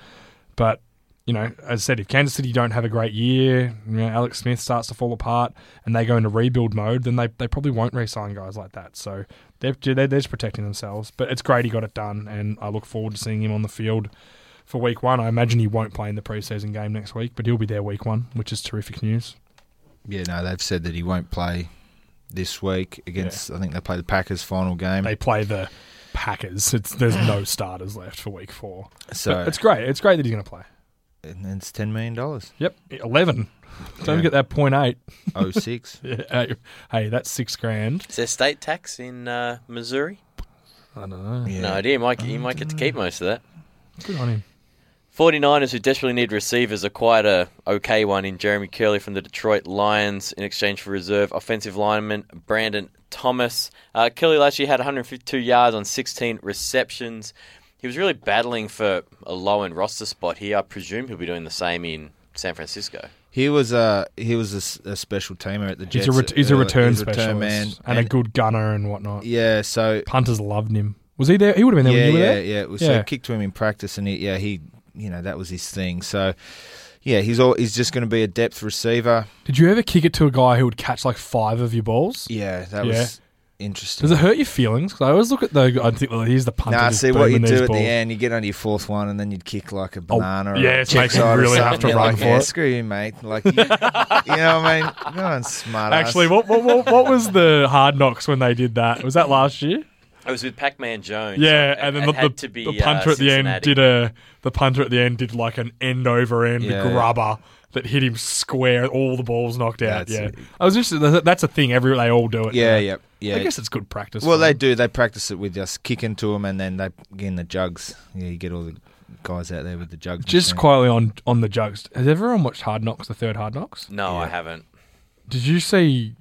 Speaker 4: But you know, as I said, if Kansas City don't have a great year, you know, Alex Smith starts to fall apart, and they go into rebuild mode, then they, they probably won't re-sign guys like that. So they're, they're they're just protecting themselves. But it's great he got it done, and I look forward to seeing him on the field for Week One. I imagine he won't play in the preseason game next week, but he'll be there Week One, which is terrific news.
Speaker 3: Yeah, no, they've said that he won't play this week against. I think they play the Packers' final game.
Speaker 4: They play the Packers. It's
Speaker 3: <sighs>
Speaker 4: there's no starters left for Week Four.
Speaker 3: so
Speaker 4: But it's great. It's great that he's going to play.
Speaker 3: and it's ten million dollars.
Speaker 4: Yep, eleven. Don't
Speaker 3: Yeah.
Speaker 4: get that point eight.
Speaker 3: <laughs>
Speaker 4: <laughs>
Speaker 3: Oh six.
Speaker 4: hey, hey, that's six grand.
Speaker 2: Is there state tax in uh, Missouri?
Speaker 4: I don't know.
Speaker 3: Yeah.
Speaker 2: No idea. You might, you might get to
Speaker 4: Uh,
Speaker 2: keep most of that.
Speaker 4: Good on him.
Speaker 2: 49ers who desperately need receivers acquired a okay one in Jeremy Curley from the Detroit Lions in exchange for reserve offensive lineman Brandon Thomas. Uh, Curley last year had 152 yards on 16 receptions. He was really battling for a low end roster spot here. I presume he'll be doing the same in San Francisco.
Speaker 3: He was a he was a s- a, special teamer at the Jets.
Speaker 4: He's a, ret- he's a
Speaker 3: early-
Speaker 4: return
Speaker 3: uh, he's a
Speaker 4: specialist and,
Speaker 3: and,
Speaker 4: a good gunner and whatnot.
Speaker 3: yeah. So
Speaker 4: Punters loved him. Was he there? He would have been there
Speaker 3: yeah,
Speaker 4: when you were
Speaker 3: yeah,
Speaker 4: there.
Speaker 3: yeah. It was
Speaker 4: Yeah.
Speaker 3: So kicked to him in practice, and he, yeah, he, you know, that was his thing. So, yeah, he's all, he's just going to be a depth receiver.
Speaker 4: Did you ever kick it to a guy who would catch like five of your balls?
Speaker 3: Yeah, that
Speaker 4: Yeah.
Speaker 3: was interesting.
Speaker 4: Does it hurt your feelings? 'Cause I always look at the. I think well, he's the punter.
Speaker 3: Nah,
Speaker 4: just
Speaker 3: see what you
Speaker 4: booming
Speaker 3: do
Speaker 4: these
Speaker 3: at
Speaker 4: balls. Oh,
Speaker 3: the end, you get on your fourth one, and then you'd kick like a banana. or
Speaker 4: yeah,
Speaker 3: a
Speaker 4: it makes you
Speaker 3: kickside or
Speaker 4: really have to
Speaker 3: something. You're
Speaker 4: run
Speaker 3: like,
Speaker 4: for
Speaker 3: yeah,
Speaker 4: it."
Speaker 3: Screw you, mate. Like, you, <laughs> you know what I mean? No one's smart.
Speaker 4: Actually,
Speaker 3: ass.
Speaker 4: what, what what what was the hard knocks when they did that? Was that last
Speaker 3: <laughs>
Speaker 4: year?
Speaker 2: It was with Pac Man Jones.
Speaker 4: Yeah,
Speaker 2: It-
Speaker 4: and
Speaker 2: it
Speaker 4: then the,
Speaker 2: had
Speaker 4: the,
Speaker 2: to be,
Speaker 4: the punter
Speaker 2: uh,
Speaker 4: at the end
Speaker 2: Cincinnati.
Speaker 4: did a the punter at the end did like an end over end
Speaker 3: Yeah.
Speaker 4: grubber that hit him square, all the balls knocked out.
Speaker 3: That's
Speaker 4: yeah,
Speaker 3: it.
Speaker 4: I was interested. that- That's a thing. Every they all do it.
Speaker 3: Yeah,
Speaker 4: now.
Speaker 3: yeah, yeah.
Speaker 4: I guess it's good practice.
Speaker 3: Well,
Speaker 4: for
Speaker 3: they
Speaker 4: them.
Speaker 3: do. They practice it with us kicking to them, and then they get in the jugs. Yeah, you get all the guys out there with the jugs.
Speaker 4: just
Speaker 3: machine.
Speaker 4: quietly on on the jokes. Has everyone watched Hard Knocks, the third Hard Knocks?
Speaker 2: No, I haven't.
Speaker 4: Did you see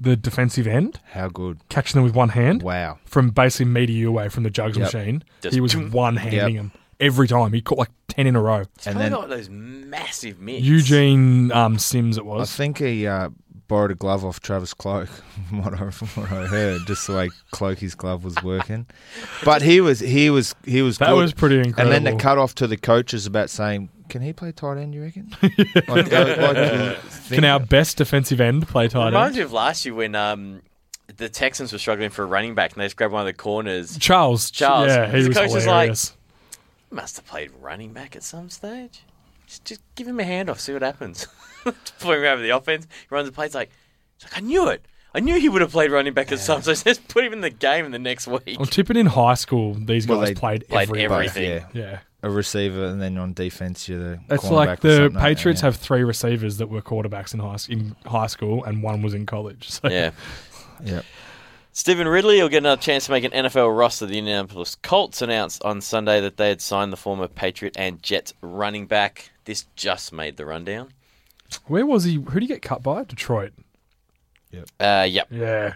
Speaker 4: the defensive end
Speaker 3: How good!
Speaker 4: catching them with one hand
Speaker 3: Wow.
Speaker 4: from basically meter away from the jugs
Speaker 3: Yep.
Speaker 4: machine?
Speaker 2: Just
Speaker 4: he was
Speaker 2: toom.
Speaker 4: one
Speaker 3: Yep.
Speaker 4: handing them every time. He caught like ten in a row.
Speaker 3: And
Speaker 2: And then
Speaker 3: then
Speaker 2: got those massive mitts.
Speaker 4: Eugene um, Sims, it
Speaker 3: I
Speaker 4: was.
Speaker 3: think he uh, borrowed a glove off Travis Cloak, <laughs> from what I, from what I heard, just the way Cloakey's glove was working. But he was he was he was
Speaker 4: That
Speaker 3: good.
Speaker 4: was pretty incredible.
Speaker 3: And then the cut off to the coaches about saying, "Can he play tight end? You
Speaker 4: <laughs>
Speaker 3: reckon?" like, like, the thing-
Speaker 4: Can our best defensive end play tight
Speaker 2: Reminds
Speaker 4: end?
Speaker 2: me of last year when um, the Texans were struggling for a running back and they just grabbed one of the corners.
Speaker 4: Charles.
Speaker 2: Charles.
Speaker 4: Yeah, he
Speaker 2: His
Speaker 4: was
Speaker 2: coach was like-
Speaker 4: hilarious.
Speaker 2: He must have played running back at some stage. Just, just give him a handoff, see what happens. <laughs> Pulling him over the offense, he runs the play. It's like, it's like I knew it. I knew he would have played running back at some stage. <laughs> Just put him in the game in the next week.
Speaker 4: I'm tipping in high school, these
Speaker 3: Well,
Speaker 4: guys
Speaker 3: they
Speaker 4: played,
Speaker 2: <laughs> played
Speaker 4: every
Speaker 2: every-
Speaker 3: both,
Speaker 2: everything.
Speaker 3: yeah,
Speaker 4: Yeah.
Speaker 3: a receiver, and then on defense you're the.
Speaker 4: It's
Speaker 3: cornerback
Speaker 4: like
Speaker 3: or
Speaker 4: the
Speaker 3: something like that,
Speaker 4: Patriots
Speaker 3: yeah.
Speaker 4: have three receivers that were quarterbacks in high, in high school, and one was in college. So
Speaker 2: Yeah.
Speaker 3: Yep.
Speaker 2: Stephen Ridley will get another chance to make an NFL roster. The Indianapolis Colts announced on Sunday that they had signed the former Patriot and Jets running back. This just made the rundown.
Speaker 4: Where was he? Who did he get cut by? Detroit.
Speaker 2: Uh, yep.
Speaker 4: Yeah.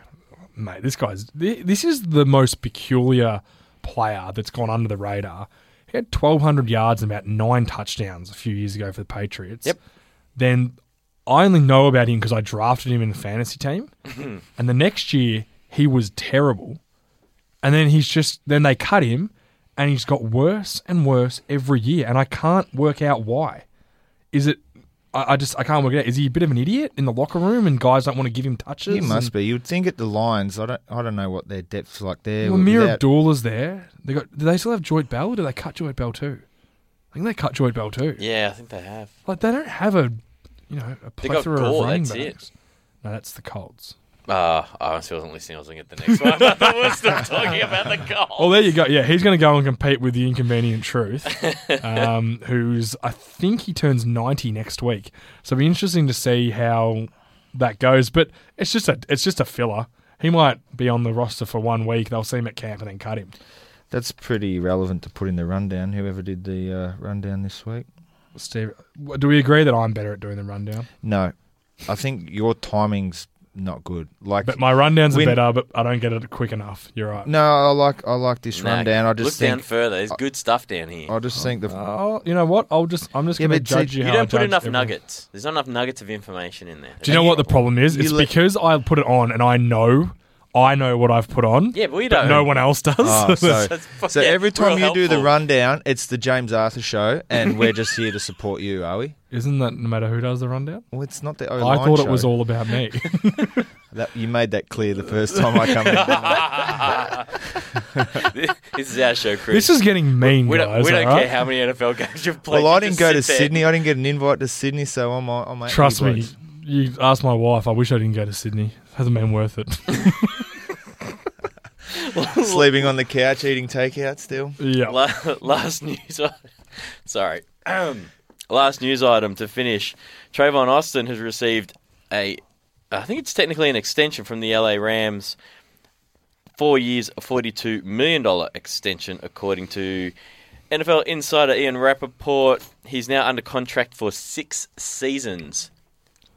Speaker 4: Mate, this guy's. thi- This is the most peculiar player that's gone under the radar. He had 1,200 yards and about nine touchdowns a few years ago for the Patriots.
Speaker 2: Yep.
Speaker 4: Then I only know about him because I drafted him in the fantasy team. and the next year, he was terrible. And then he's just. Then they cut him and he's got worse and worse every year. And I can't work out why. Is it. I I just I can't work it out. Is he a bit of an idiot in the locker room, and guys don't want to give him touches?
Speaker 3: He
Speaker 4: and-
Speaker 3: must be. You'd think at the Lions. I don't. I don't know what their depth's like there.
Speaker 4: Well, Mir
Speaker 3: without-
Speaker 4: Abdullah's there. They got. Do they still have Joyd Bell, or do they cut Joyd Bell too? I think they cut Joyd Bell too.
Speaker 2: Yeah, I think they have.
Speaker 4: Like they don't have a, you know, a
Speaker 2: They got
Speaker 4: plethora of
Speaker 2: Gore,
Speaker 4: running
Speaker 2: that's it.
Speaker 4: backs. No, that's the Colts.
Speaker 2: Uh, I honestly wasn't listening. I was looking at the next one. I thought we were still talking about the
Speaker 4: Well,
Speaker 2: goal.
Speaker 4: Oh, there you go. Yeah, he's going to go and compete with the
Speaker 2: <laughs>
Speaker 4: inconvenient truth, um, who's I think he turns ninety next week. So it'll be interesting to see how that goes. But it's just a it's just a filler. He might be on the roster for one week. They'll see him at camp and then cut him.
Speaker 3: That's pretty relevant to put in the rundown. Whoever did the uh, rundown this week.
Speaker 4: Steve, w- do we agree that I'm better at doing the rundown?
Speaker 3: No, I think your timing's not good. Like,
Speaker 4: But my rundowns are
Speaker 3: Win-
Speaker 4: better, but I don't get it quick enough. You're right.
Speaker 3: no, I like I like this
Speaker 2: Nah,
Speaker 3: rundown. I just
Speaker 2: look down
Speaker 3: think
Speaker 2: further. There's good stuff down here.
Speaker 3: I just think the
Speaker 2: <laughs>
Speaker 4: Oh, you know what? I'll just I'm just
Speaker 3: Yeah,
Speaker 4: going to
Speaker 3: but see,
Speaker 4: judge you.
Speaker 2: you
Speaker 4: how I
Speaker 2: don't put
Speaker 4: judge
Speaker 2: enough
Speaker 4: everyone.
Speaker 2: nuggets. There's not enough nuggets of information in there.
Speaker 4: Do you know what the problem is? It's
Speaker 3: you let-
Speaker 4: because I put it on and I know I know what I've put on.
Speaker 2: <laughs> Yeah, but we don't.
Speaker 4: No one else does. <laughs>
Speaker 3: Oh, so,
Speaker 2: That's
Speaker 3: so
Speaker 2: fucking
Speaker 3: every time you
Speaker 2: real
Speaker 3: do the
Speaker 2: helpful.
Speaker 3: rundown, it's the James Arthur show, and we're just here to support you, are we?
Speaker 4: Isn't that no matter who does the rundown?
Speaker 3: Well, it's not the O
Speaker 4: I
Speaker 3: line
Speaker 4: thought it
Speaker 3: show.
Speaker 4: was all about me.
Speaker 3: That, you made that clear the first time I come in.
Speaker 4: <laughs>
Speaker 3: didn't I?
Speaker 2: <laughs> this is our show, Chris.
Speaker 4: <laughs> this is getting mean,
Speaker 2: we don't,
Speaker 4: guys.
Speaker 2: we don't
Speaker 4: alright?
Speaker 2: care how many NFL games you've played.
Speaker 3: well, I
Speaker 2: you
Speaker 3: didn't
Speaker 2: just
Speaker 3: go to
Speaker 2: sit there.
Speaker 3: Sydney. I didn't get an invite to Sydney, so I'm on. I'm at you
Speaker 4: Trust me.
Speaker 3: blokes.
Speaker 4: You asked my wife. I wish I didn't go to Sydney. Hasn't been worth it. <laughs>
Speaker 2: <laughs>
Speaker 3: Sleeping on the couch, eating takeout still.
Speaker 4: yeah.
Speaker 2: La- last news. i- Sorry. <clears throat> last news item to finish. Trayvon Austin has received a, I think it's technically an extension from the LA Rams. Four years, a forty-two million dollar extension, according to NFL insider Ian Rappaport. He's now under contract for six seasons.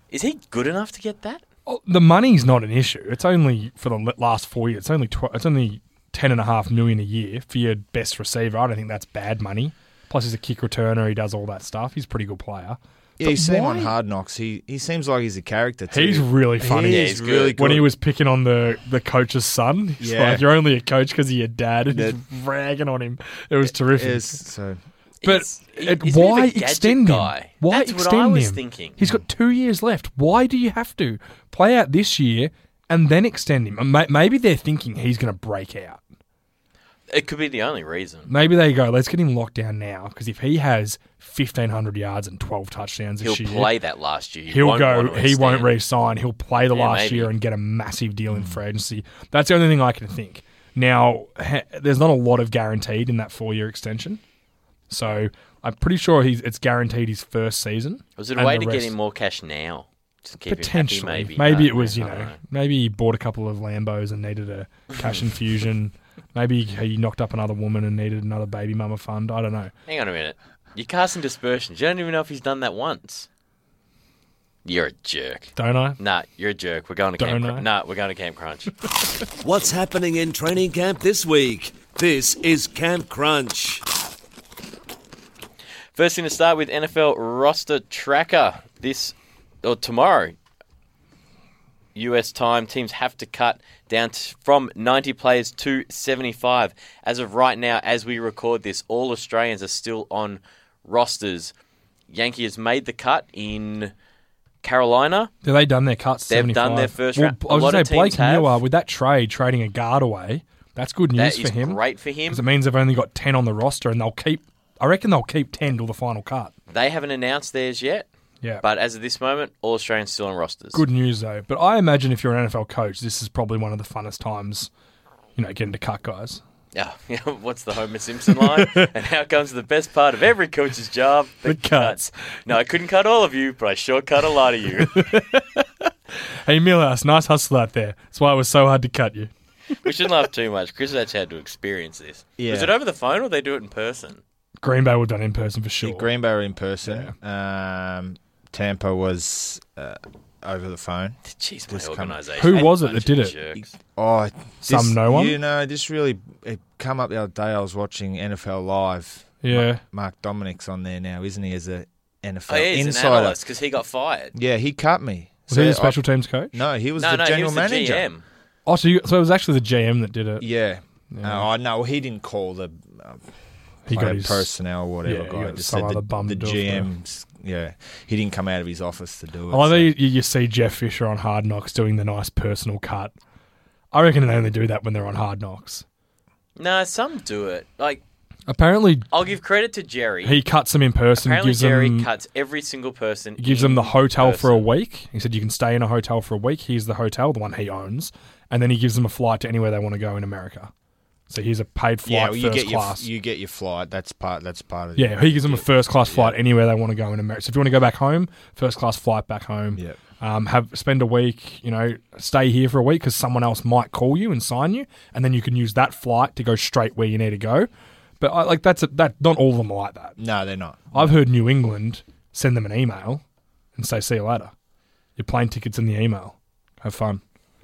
Speaker 2: Is he good enough to get that?
Speaker 4: Oh, the money's not an issue. It's only for the l- last four years. It's only tw- it's only ten and a half million a year for your best receiver. I don't think that's bad money. Plus, he's a kick returner. He does all that stuff. He's a pretty good player.
Speaker 3: Yeah, you
Speaker 4: But
Speaker 3: see him on
Speaker 4: why-
Speaker 3: Hard Knocks. He he seems like he's a character. Too.
Speaker 4: He's really funny.
Speaker 3: He
Speaker 2: Yeah,
Speaker 3: is
Speaker 2: he's good.
Speaker 3: really good.
Speaker 4: when he was picking on the, the coach's son, he's
Speaker 3: Yeah.
Speaker 4: like, "You're only a coach because of your dad," and
Speaker 3: That-
Speaker 4: he's ragging on him. It was terrific.
Speaker 3: Yes, so
Speaker 4: But
Speaker 2: He's-
Speaker 4: it-
Speaker 2: he's a bit of a
Speaker 4: why
Speaker 2: gadget
Speaker 4: extend him?
Speaker 2: guy.
Speaker 4: Why
Speaker 2: That's
Speaker 4: extend
Speaker 2: what I was
Speaker 4: him?
Speaker 2: thinking.
Speaker 4: He's got two years left. Why do you have to play out this year and then extend him? And may- Maybe they're thinking he's going to break out.
Speaker 2: It could be the only reason.
Speaker 4: Maybe they go, "Let's get him locked down now," because if he has fifteen hundred yards and twelve touchdowns
Speaker 2: He'll
Speaker 4: this year,
Speaker 2: play that last year. He
Speaker 4: He'll
Speaker 2: won't
Speaker 4: go.
Speaker 2: want to
Speaker 4: He won't
Speaker 2: extend.
Speaker 4: re-sign. He'll play the
Speaker 2: Yeah,
Speaker 4: last
Speaker 2: maybe.
Speaker 4: year and get a massive deal in free agency. That's the only thing I can think. Now, ha- there's not a lot of guaranteed in that four-year extension, so I'm pretty sure he's it's guaranteed his first season.
Speaker 2: Was it a
Speaker 4: and
Speaker 2: way to
Speaker 4: the
Speaker 2: get
Speaker 4: rest-
Speaker 2: him more cash now? Just keep
Speaker 4: Potentially,
Speaker 2: him happy, maybe.
Speaker 4: maybe,
Speaker 2: I
Speaker 4: it
Speaker 2: don't
Speaker 4: was you
Speaker 2: I
Speaker 4: know,
Speaker 2: don't
Speaker 4: maybe he bought a couple of Lambos and needed a
Speaker 2: <laughs>
Speaker 4: cash infusion. Maybe he knocked up another woman and needed another baby mama fund. I don't know.
Speaker 2: Hang on a minute. You're casting dispersions. You don't even know if he's done that once. You're a jerk.
Speaker 4: Don't I?
Speaker 2: Nah, you're a jerk. We're going to Camp
Speaker 4: Don't I?
Speaker 2: Crunch. Nah, we're going to Camp Crunch.
Speaker 1: What's happening in training camp this week? This is Camp Crunch.
Speaker 2: First thing to start with NFL roster tracker. This or tomorrow, US time teams have to cut down t- from 90 players to 75. As of right now, as we record this, all Australians are still on rosters. Yankee has made the cut in Carolina.
Speaker 4: Have they done their cuts?
Speaker 2: They've
Speaker 4: 75?
Speaker 2: done their first
Speaker 4: Well,
Speaker 2: round.
Speaker 4: I
Speaker 2: A
Speaker 4: was
Speaker 2: lot
Speaker 4: going
Speaker 2: of
Speaker 4: to say Blake
Speaker 2: teams have.
Speaker 4: Miller with that trade, trading a guard away. That's good news
Speaker 2: That
Speaker 4: for
Speaker 2: is
Speaker 4: him.
Speaker 2: great for him.
Speaker 4: because it means they've only got ten on the roster, and they'll keep. I reckon they'll keep ten till the final cut.
Speaker 2: They haven't announced theirs yet,
Speaker 4: Yeah,
Speaker 2: but as of this moment, all Australians still on rosters.
Speaker 4: good news though. But I imagine if you're an NFL coach, this is probably one of the funnest times, you know, getting to cut guys.
Speaker 2: Yeah, <laughs> what's the Homer Simpson
Speaker 4: <laughs>
Speaker 2: line? and how comes the best part of every coach's job? The,
Speaker 4: The cuts.
Speaker 2: No, I couldn't cut all of you, but I sure cut a lot of
Speaker 4: <laughs>
Speaker 2: you.
Speaker 4: Hey Millhouse, nice hustle out there. That's why it was so hard to cut you.
Speaker 2: we shouldn't laugh too much. Chris has actually had to experience this.
Speaker 3: Yeah.
Speaker 2: Was it over the phone or they do it in person?
Speaker 4: Green Bay were done in person for sure.
Speaker 3: yeah, Green Bay were in person. Um, Tampa was uh, over the phone.
Speaker 2: Jeez, my
Speaker 3: This come-
Speaker 2: organisation.
Speaker 4: Who was it
Speaker 2: Bunch
Speaker 4: that did
Speaker 2: of
Speaker 4: it? Uh,
Speaker 2: jerks.
Speaker 3: Oh, this-
Speaker 4: Some no one?
Speaker 3: You know, this really it come up the other day. I was watching NFL Live.
Speaker 4: Yeah.
Speaker 3: Mark Dominic's on there now, isn't he? As a NFL
Speaker 2: Oh, yeah, he's an
Speaker 3: insider.
Speaker 2: analyst because he got fired.
Speaker 3: yeah, he cut me.
Speaker 4: Was he the
Speaker 2: uh,
Speaker 4: special teams coach?
Speaker 3: I, no, he was
Speaker 2: no,
Speaker 3: the
Speaker 2: no, he
Speaker 3: general
Speaker 2: was
Speaker 3: manager.
Speaker 2: the GM.
Speaker 4: Oh, so, you, so it was actually the GM that did it.
Speaker 3: Yeah. No, I know he didn't call the
Speaker 4: he
Speaker 3: player
Speaker 4: got his
Speaker 3: personnel or whatever
Speaker 4: yeah, he
Speaker 3: guy.
Speaker 4: got
Speaker 3: just
Speaker 4: some
Speaker 3: said the,
Speaker 4: other bum
Speaker 3: the
Speaker 4: to do it for him.
Speaker 3: GM's. Yeah, he didn't come out of his office to do it.
Speaker 4: Oh, I love
Speaker 3: so-
Speaker 4: how you, you see Jeff Fisher on Hard Knocks doing the nice personal cut. I reckon they only do that when they're on Hard Knocks.
Speaker 2: No, some do it. Like
Speaker 4: Apparently,
Speaker 2: I'll give credit to Jerry.
Speaker 4: he cuts them in person.
Speaker 2: Apparently,
Speaker 4: gives
Speaker 2: Jerry
Speaker 4: them,
Speaker 2: cuts every single person.
Speaker 4: gives
Speaker 2: in
Speaker 4: them the hotel for a
Speaker 2: person.
Speaker 4: week. He said you can stay in a hotel for a week. Here's the hotel, the one he owns, and then he gives them a flight to anywhere they want to go in America. So here's a paid flight,
Speaker 3: yeah, well, you
Speaker 4: first
Speaker 3: get
Speaker 4: class.
Speaker 3: your you get your flight. That's part. That's part of it.
Speaker 4: yeah, he gives them a first class flight anywhere they want to go in America. So if you want to go back home, first class flight back home.
Speaker 3: Yep.
Speaker 4: Um, have spend a week, you know, stay here for a week because someone else might call you and sign you, and then you can use that flight to go straight where you need to go. But I, like that's a, that. Not all of them are like that.
Speaker 3: No, they're not.
Speaker 4: I've heard New England send them an email and say, "See you later." Your plane tickets in the email. Have fun.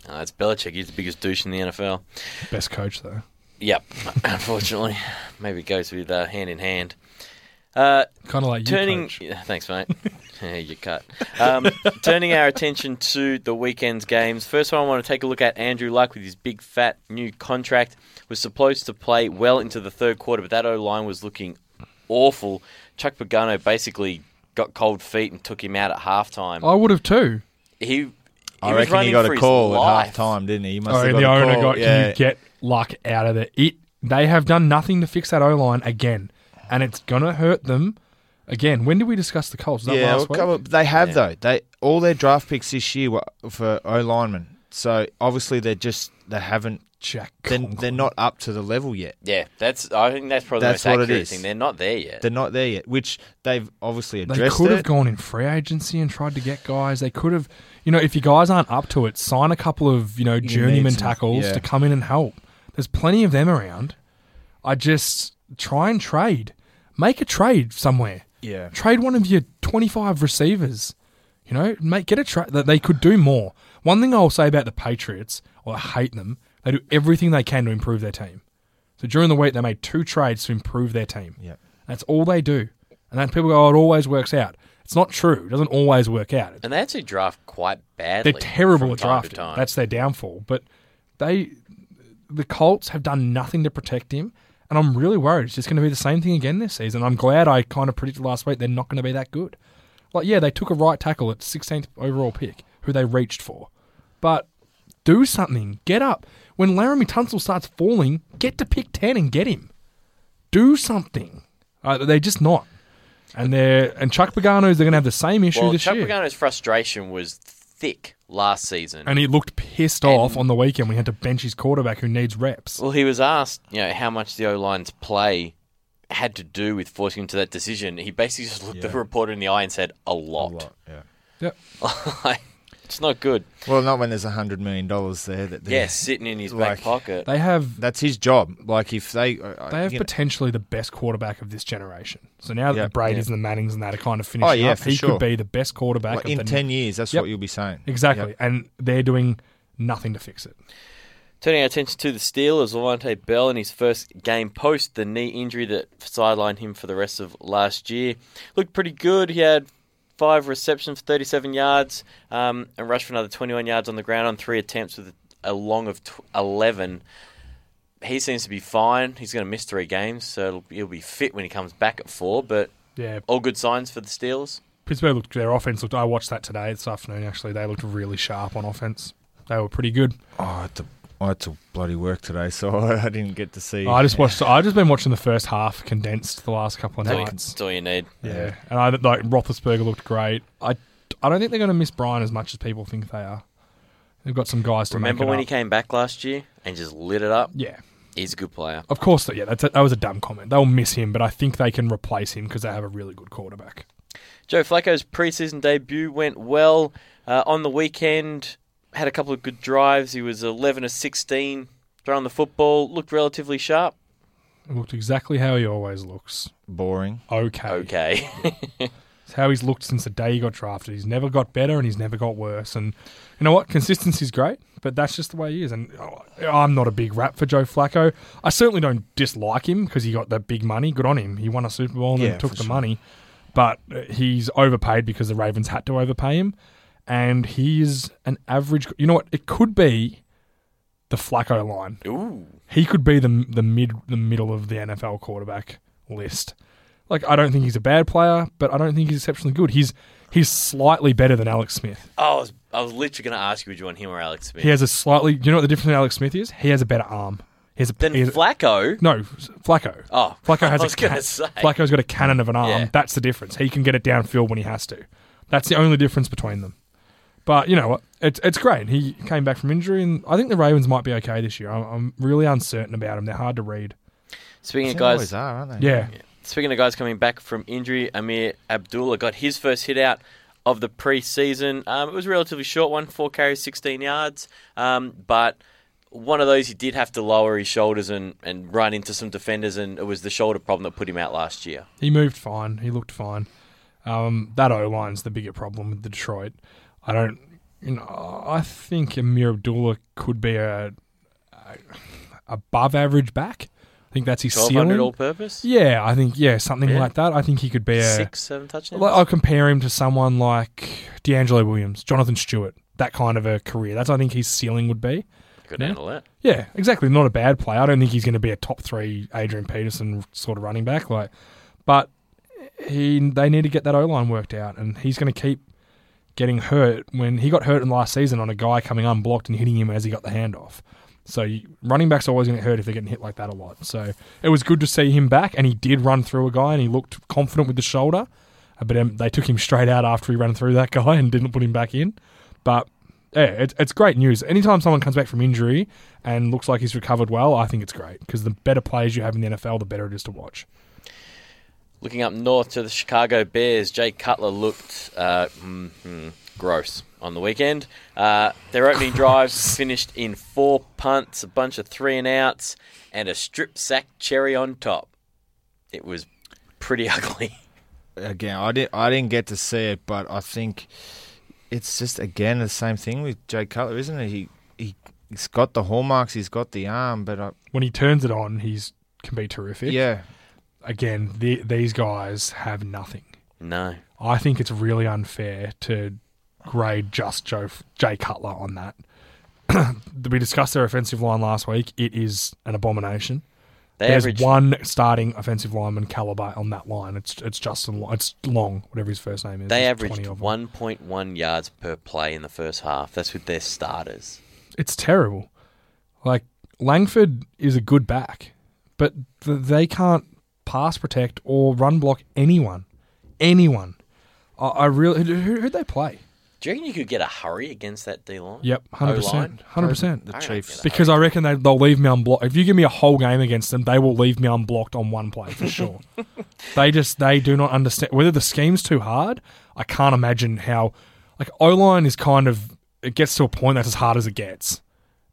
Speaker 2: Oh, that's Belichick. He's the biggest douche in the NFL.
Speaker 4: Best coach though.
Speaker 2: Yep. <coughs> Unfortunately, maybe it goes with uh, hand in hand. Uh,
Speaker 4: Kind of like
Speaker 2: turning.
Speaker 4: you. Coach.
Speaker 2: Yeah, <laughs> thanks, mate. yeah, you cut. Um, turning our attention to the weekend's games. First one I want to take a look at Andrew Luck with his big fat new contract. Was supposed to play well into the third quarter, but that O line was looking awful. Chuck Pagano basically got cold feet and took him out at halftime.
Speaker 4: I would have too.
Speaker 2: He, he
Speaker 3: Oh. I
Speaker 2: was
Speaker 3: reckon
Speaker 2: running
Speaker 3: he got
Speaker 2: for
Speaker 3: a
Speaker 2: his
Speaker 3: call at
Speaker 2: life.
Speaker 3: half time, didn't he? he must
Speaker 4: Oh,
Speaker 3: have
Speaker 4: the
Speaker 3: got a
Speaker 4: owner
Speaker 3: call.
Speaker 4: got.
Speaker 3: yeah.
Speaker 4: Can you get Luck out of there? It. They have done nothing to fix that O line again, and it's gonna hurt them again. When did we discuss the Colts? Was that
Speaker 3: yeah,
Speaker 4: last
Speaker 3: well, come
Speaker 4: week?
Speaker 3: on, they have
Speaker 2: Yeah.
Speaker 3: though. They all their draft picks this year were for O linemen. So obviously they're just they haven't.
Speaker 4: Jack.
Speaker 3: They're,
Speaker 4: Conklin.
Speaker 3: they're not up to the level yet.
Speaker 2: Yeah, that's. I think that's probably
Speaker 3: That's
Speaker 2: the most
Speaker 3: what it
Speaker 2: accurate
Speaker 3: is.
Speaker 2: thing. They're not there yet.
Speaker 3: They're not there yet, which they've obviously
Speaker 4: They
Speaker 3: addressed.
Speaker 4: could have
Speaker 3: it.
Speaker 4: gone in free agency and tried to get guys. They could have, you know, if you guys aren't up to it, sign a couple of you know
Speaker 3: need
Speaker 4: journeyman
Speaker 3: some-
Speaker 4: tackles
Speaker 3: yeah.
Speaker 4: to come in and help. There's plenty of them around. I just try and trade, make a trade somewhere.
Speaker 3: Yeah.
Speaker 4: Trade one of your 25 receivers. You know, make get a trade that they could do more. One thing I'll say about the Patriots, or I hate them, they do everything they can to improve their team. So during the week, they made two trades to improve their team.
Speaker 3: Yep.
Speaker 4: That's all they do. And then people go, oh, it always works out. It's not true. It doesn't always work out.
Speaker 2: and they actually draft quite badly.
Speaker 4: They're terrible
Speaker 2: from
Speaker 4: at
Speaker 2: time to
Speaker 4: drafting.
Speaker 2: time.
Speaker 4: That's their downfall. But they, the Colts have done nothing to protect him. And I'm really worried it's just going to be the same thing again this season. I'm glad I kind of predicted last week they're not going to be that good. Like, yeah, they took a right tackle at 16th overall pick, who they reached for. But do something. Get up. When Laramie Tunsil starts falling, get to pick 10 and get him. Do something. Uh, they're just not. And they're and Chuck Pagano's they're going to have the same issue
Speaker 2: well,
Speaker 4: this
Speaker 2: Chuck
Speaker 4: year.
Speaker 2: Pagano's frustration was thick last season.
Speaker 4: and he looked pissed off on the weekend. We had to bench his quarterback who needs reps.
Speaker 2: well, he was asked, you know, how much the O line's play had to do with forcing him to that decision. He basically just looked the reporter in the eye and said, "A lot."
Speaker 3: Yeah.
Speaker 4: Yep.
Speaker 2: <laughs> Like, it's not good.
Speaker 3: Well, not when there's a hundred million dollars there. That they're-
Speaker 2: Yeah, sitting in his
Speaker 3: Like-
Speaker 2: back pocket.
Speaker 4: They have
Speaker 3: that's his job. Like if they, uh,
Speaker 4: they have potentially the best quarterback of this generation. So now that
Speaker 3: Yeah,
Speaker 4: the Brady's and the Mannings and that are kind of finishing
Speaker 3: Oh, yeah,
Speaker 4: up,
Speaker 3: for
Speaker 4: he
Speaker 3: sure.
Speaker 4: could be the best quarterback
Speaker 3: like
Speaker 4: of
Speaker 3: in
Speaker 4: the
Speaker 3: ten years. That's
Speaker 4: Yep.
Speaker 3: what you'll be saying.
Speaker 4: Exactly.
Speaker 3: Yep.
Speaker 4: And they're doing nothing to fix it.
Speaker 2: Turning our attention to the Steelers, Levante Bell in his first game post the knee injury that sidelined him for the rest of last year looked pretty good. He had five receptions, 37 yards, um, and rushed for another 21 yards on the ground on three attempts with a long of tw- 11. He seems to be fine. He's going to miss three games, so it'll, he'll be fit when he comes back at four. But
Speaker 4: Yeah.
Speaker 2: all good signs for the Steelers.
Speaker 4: Pittsburgh looked their offense looked I watched that today this afternoon actually. They looked really sharp on offense. They were pretty good.
Speaker 3: Oh, I had to, I had to bloody work today, so <laughs> I didn't get to see.
Speaker 4: Oh, I just watched I just been watching the first half condensed the last couple of
Speaker 2: That's all, you,
Speaker 4: nights.
Speaker 2: that's all you need.
Speaker 4: Yeah, and I like Roethlisberger looked great. I, I don't think they're going to miss Brian as much as people think they are. They've got some guys to
Speaker 2: Remember
Speaker 4: make it
Speaker 2: when
Speaker 4: up.
Speaker 2: he came back last year and just lit it up?
Speaker 4: Yeah,
Speaker 2: He's a good player.
Speaker 4: of course. Yeah, that's a, that was a dumb comment. They'll miss him, but I think they can replace him because they have a really good quarterback.
Speaker 2: Joe Flacco's preseason debut went well uh, on the weekend. Had a couple of good drives. He was 11 of 16 throwing the football. Looked relatively sharp.
Speaker 4: He looked exactly how he always looks.
Speaker 3: boring.
Speaker 2: <laughs>
Speaker 4: Okay,
Speaker 2: Okay.
Speaker 4: It's how he's looked since the day he got drafted. He's never got better and he's never got worse. And you know what? Consistency's great, but that's just the way he is. And oh, I'm not a big rap for Joe Flacco. I certainly don't dislike him because he got that big money. Good on him. He won a Super Bowl and
Speaker 3: Yeah,
Speaker 4: then took
Speaker 3: for
Speaker 4: the
Speaker 3: sure.
Speaker 4: money. But uh, he's overpaid because the Ravens had to overpay him. And he is an average. You know what? It could be the Flacco line
Speaker 2: Ooh.
Speaker 4: he could be the the mid the middle of the NFL quarterback list. Like I don't think he's a bad player, but I don't think he's exceptionally good. He's he's slightly better than Alex Smith.
Speaker 2: Oh, I was, I was literally going to ask you, would you want him or Alex Smith?
Speaker 4: He has a slightly you know what the difference in Alex Smith is? He has a better arm. He's a,
Speaker 2: Then
Speaker 4: he's a-
Speaker 2: Flacco.
Speaker 4: no Flacco.
Speaker 2: Oh,
Speaker 4: Flacco
Speaker 2: <laughs>
Speaker 4: has
Speaker 2: I was
Speaker 4: a
Speaker 2: gonna
Speaker 4: ca-
Speaker 2: say.
Speaker 4: Flacco's got a cannon of an arm.
Speaker 2: Yeah.
Speaker 4: That's the difference. He can get it downfield when he has to. That's the only difference between them. But you know what? It's it's great. He came back from injury, and I think the Ravens might be okay this year. I'm, I'm really uncertain about them. They're hard to read.
Speaker 2: Speaking of
Speaker 3: They
Speaker 2: guys,
Speaker 3: always are, aren't they?
Speaker 4: Yeah,
Speaker 2: Speaking of guys coming back from injury, Amir Abdullah got his first hit out of the preseason. Um, it was a relatively short one, four carries, 16 yards. Um, but one of those, he did have to lower his shoulders and, and run into some defenders, and it was the shoulder problem that put him out last year.
Speaker 4: he moved fine. He looked fine. Um, that O line's the bigger problem with the Detroit. I don't. You know, I think Amir Abdullah could be a, a above average back. I think that's his
Speaker 2: 1200
Speaker 4: ceiling.
Speaker 2: all purpose?
Speaker 4: Yeah, I think yeah, something
Speaker 2: Yeah.
Speaker 4: like that. I think he could be a.
Speaker 2: Six, seven touchdowns?
Speaker 4: Well, I'll compare him to someone like D'Angelo Williams, Jonathan Stewart, that kind of a career. That's I think his ceiling would be.
Speaker 2: Good handle that.
Speaker 4: Yeah, exactly. Not a bad player. I don't think he's going to be a top three Adrian Peterson sort of running back. Like, but he they need to get that O line worked out, and he's going to keep getting hurt. When he got hurt in last season on a guy coming unblocked and hitting him as he got the handoff. So you, running backs are always going to get hurt if they're getting hit like that a lot. So it was good to see him back, and he did run through a guy, and he looked confident with the shoulder. Uh, But um, they took him straight out after he ran through that <laughs> guy and didn't put him back in. But yeah, it's, it's great news. Anytime someone comes back from injury and looks like he's recovered well, I think it's great because the better players you have in the NFL, the better it is to watch.
Speaker 2: Looking up north to the Chicago Bears, Jay Cutler looked uh, mm, mm, gross on the weekend. Uh, their
Speaker 4: <laughs>
Speaker 2: opening drive finished in four punts, a bunch of three and outs, and a strip sack cherry on top. It was pretty <laughs> ugly.
Speaker 3: Again, I didn't I didn't get to see it, but I think it's just again the same thing with Jay Cutler, isn't it? He he he's got the hallmarks, he's got the arm, but I,
Speaker 4: When he turns it on, he's can be terrific.
Speaker 3: yeah,
Speaker 4: Again, the, these guys have nothing.
Speaker 2: No.
Speaker 4: I think it's really unfair to grade just Joe Jay Cutler on that. <clears throat> we discussed their offensive line last week. It is an abomination.
Speaker 2: They
Speaker 4: There's
Speaker 2: averaged
Speaker 4: one starting offensive lineman caliber on that line. It's it's Justin. Lo- It's Long, whatever his first name is.
Speaker 2: they
Speaker 4: There's
Speaker 2: averaged
Speaker 4: 20 of them.
Speaker 2: 1.1 yards per play in the first half. That's with their starters.
Speaker 4: It's terrible. Like Langford is a good back, but th- they can't pass protect or run block anyone. Anyone. I, I really who who'd they play?
Speaker 2: Do you reckon you could get a hurry against that D line?
Speaker 4: Yep, hundred percent, hundred percent.
Speaker 3: the
Speaker 2: I don't
Speaker 3: Chiefs.
Speaker 2: get
Speaker 4: Because I reckon they, they'll leave me unblocked. If you give me a whole game against them, they will leave me unblocked on one play for sure. they just they do not understand whether the scheme's too hard. I can't imagine how like O line is kind of it gets to a point that's as hard as it gets.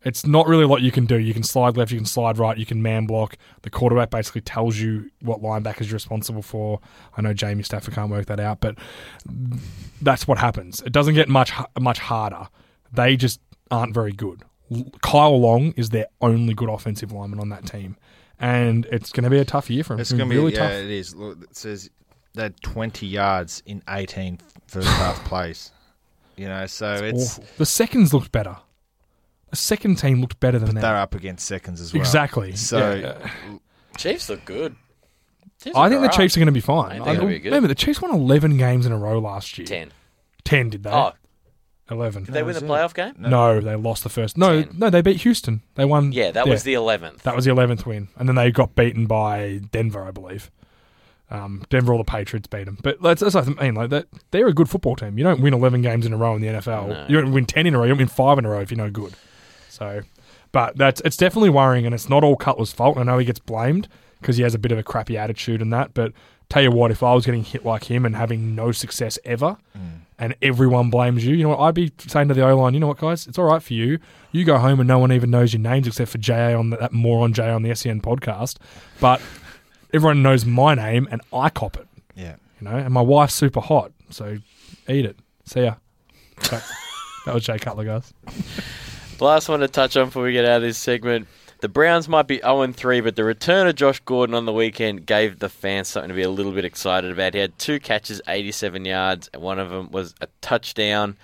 Speaker 4: It's not really a lot you can do. You can slide left, you can slide right, you can man block. The quarterback basically tells you what linebackers you're responsible for. I know Jamie Stafford can't work that out, but that's what happens. It doesn't get much much harder. They just aren't very good. L- Kyle Long is their only good offensive lineman on that team, and it's going to be a tough year for him.
Speaker 3: It's going to be
Speaker 4: Hmm, really
Speaker 3: yeah,
Speaker 4: tough.
Speaker 3: it is. Look, it says they had 20 yards in 18 first half plays. You know, so it's,
Speaker 4: Awful. The seconds looked better. The second team looked better than
Speaker 3: they're
Speaker 4: that.
Speaker 3: up against seconds as well.
Speaker 4: Exactly.
Speaker 3: So
Speaker 4: Yeah.
Speaker 2: Chiefs look good. Chiefs
Speaker 4: I
Speaker 2: look
Speaker 4: think the
Speaker 2: alright.
Speaker 4: Chiefs are going to be fine.
Speaker 2: I think they'll be good.
Speaker 4: Remember, the Chiefs won 11 games in a row last year.
Speaker 2: 10.
Speaker 4: 10 did they?
Speaker 2: Oh,
Speaker 4: 11.
Speaker 2: did they win the playoff game?
Speaker 4: no. they lost the first. No,
Speaker 2: 10.
Speaker 4: no, they beat Houston. They won.
Speaker 2: Yeah, that was the 11th.
Speaker 4: That was the eleventh win, and then they got beaten by Denver, I believe. Um, Denver or the Patriots beat them, but that's, that's what I mean. Like that, they're a good football team. You don't win eleven games in a row in the NFL.
Speaker 2: No.
Speaker 4: You don't win ten in a row. You don't win five in a row if you're no good. So, but that's it's definitely worrying, and it's not all Cutler's fault. I know he gets blamed because he has a bit of a crappy attitude and that. But tell you what, if I was getting hit like him and having no success ever, and everyone blames you, you know what? I'd be saying to the O line, you know what, guys, it's all right for you. You go home and no one even knows your names except for JA on the, that moron JA on the SEN podcast. But everyone knows my name, and I cop it.
Speaker 3: yeah.
Speaker 4: You know, and my wife's super hot, so eat it. See ya. That, that was Jay Cutler, guys.
Speaker 2: The last one to touch on before we get out of this segment. The Browns might be 0 3, but the return of Josh Gordon on the weekend gave the fans something to be a little bit excited about. He had two catches, 87 yards, and one of them was a touchdown.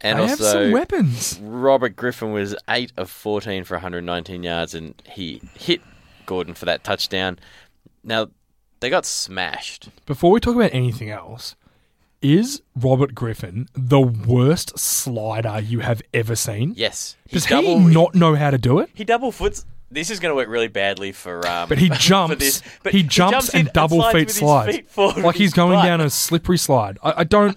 Speaker 2: And
Speaker 4: they have
Speaker 2: also,
Speaker 4: some weapons.
Speaker 2: Robert Griffin was 8 of 14 for 119 yards, and he hit Gordon for that touchdown. Now, they got smashed.
Speaker 4: Before we talk about anything else, is Robert Griffin the worst slider you have ever seen?
Speaker 2: Yes.
Speaker 4: Does he
Speaker 2: double-
Speaker 4: not know how to do it?
Speaker 2: He double foots this is going to work really badly for. Um,
Speaker 4: But he
Speaker 2: <laughs> for
Speaker 4: jumps.
Speaker 2: this. But
Speaker 4: he jumps
Speaker 2: in
Speaker 4: and double
Speaker 2: slides
Speaker 4: feet
Speaker 2: with his
Speaker 4: slides.
Speaker 2: feet forward with
Speaker 4: like he's
Speaker 2: his
Speaker 4: going
Speaker 2: butt.
Speaker 4: down a slippery slide. I,
Speaker 2: <laughs>
Speaker 4: I don't.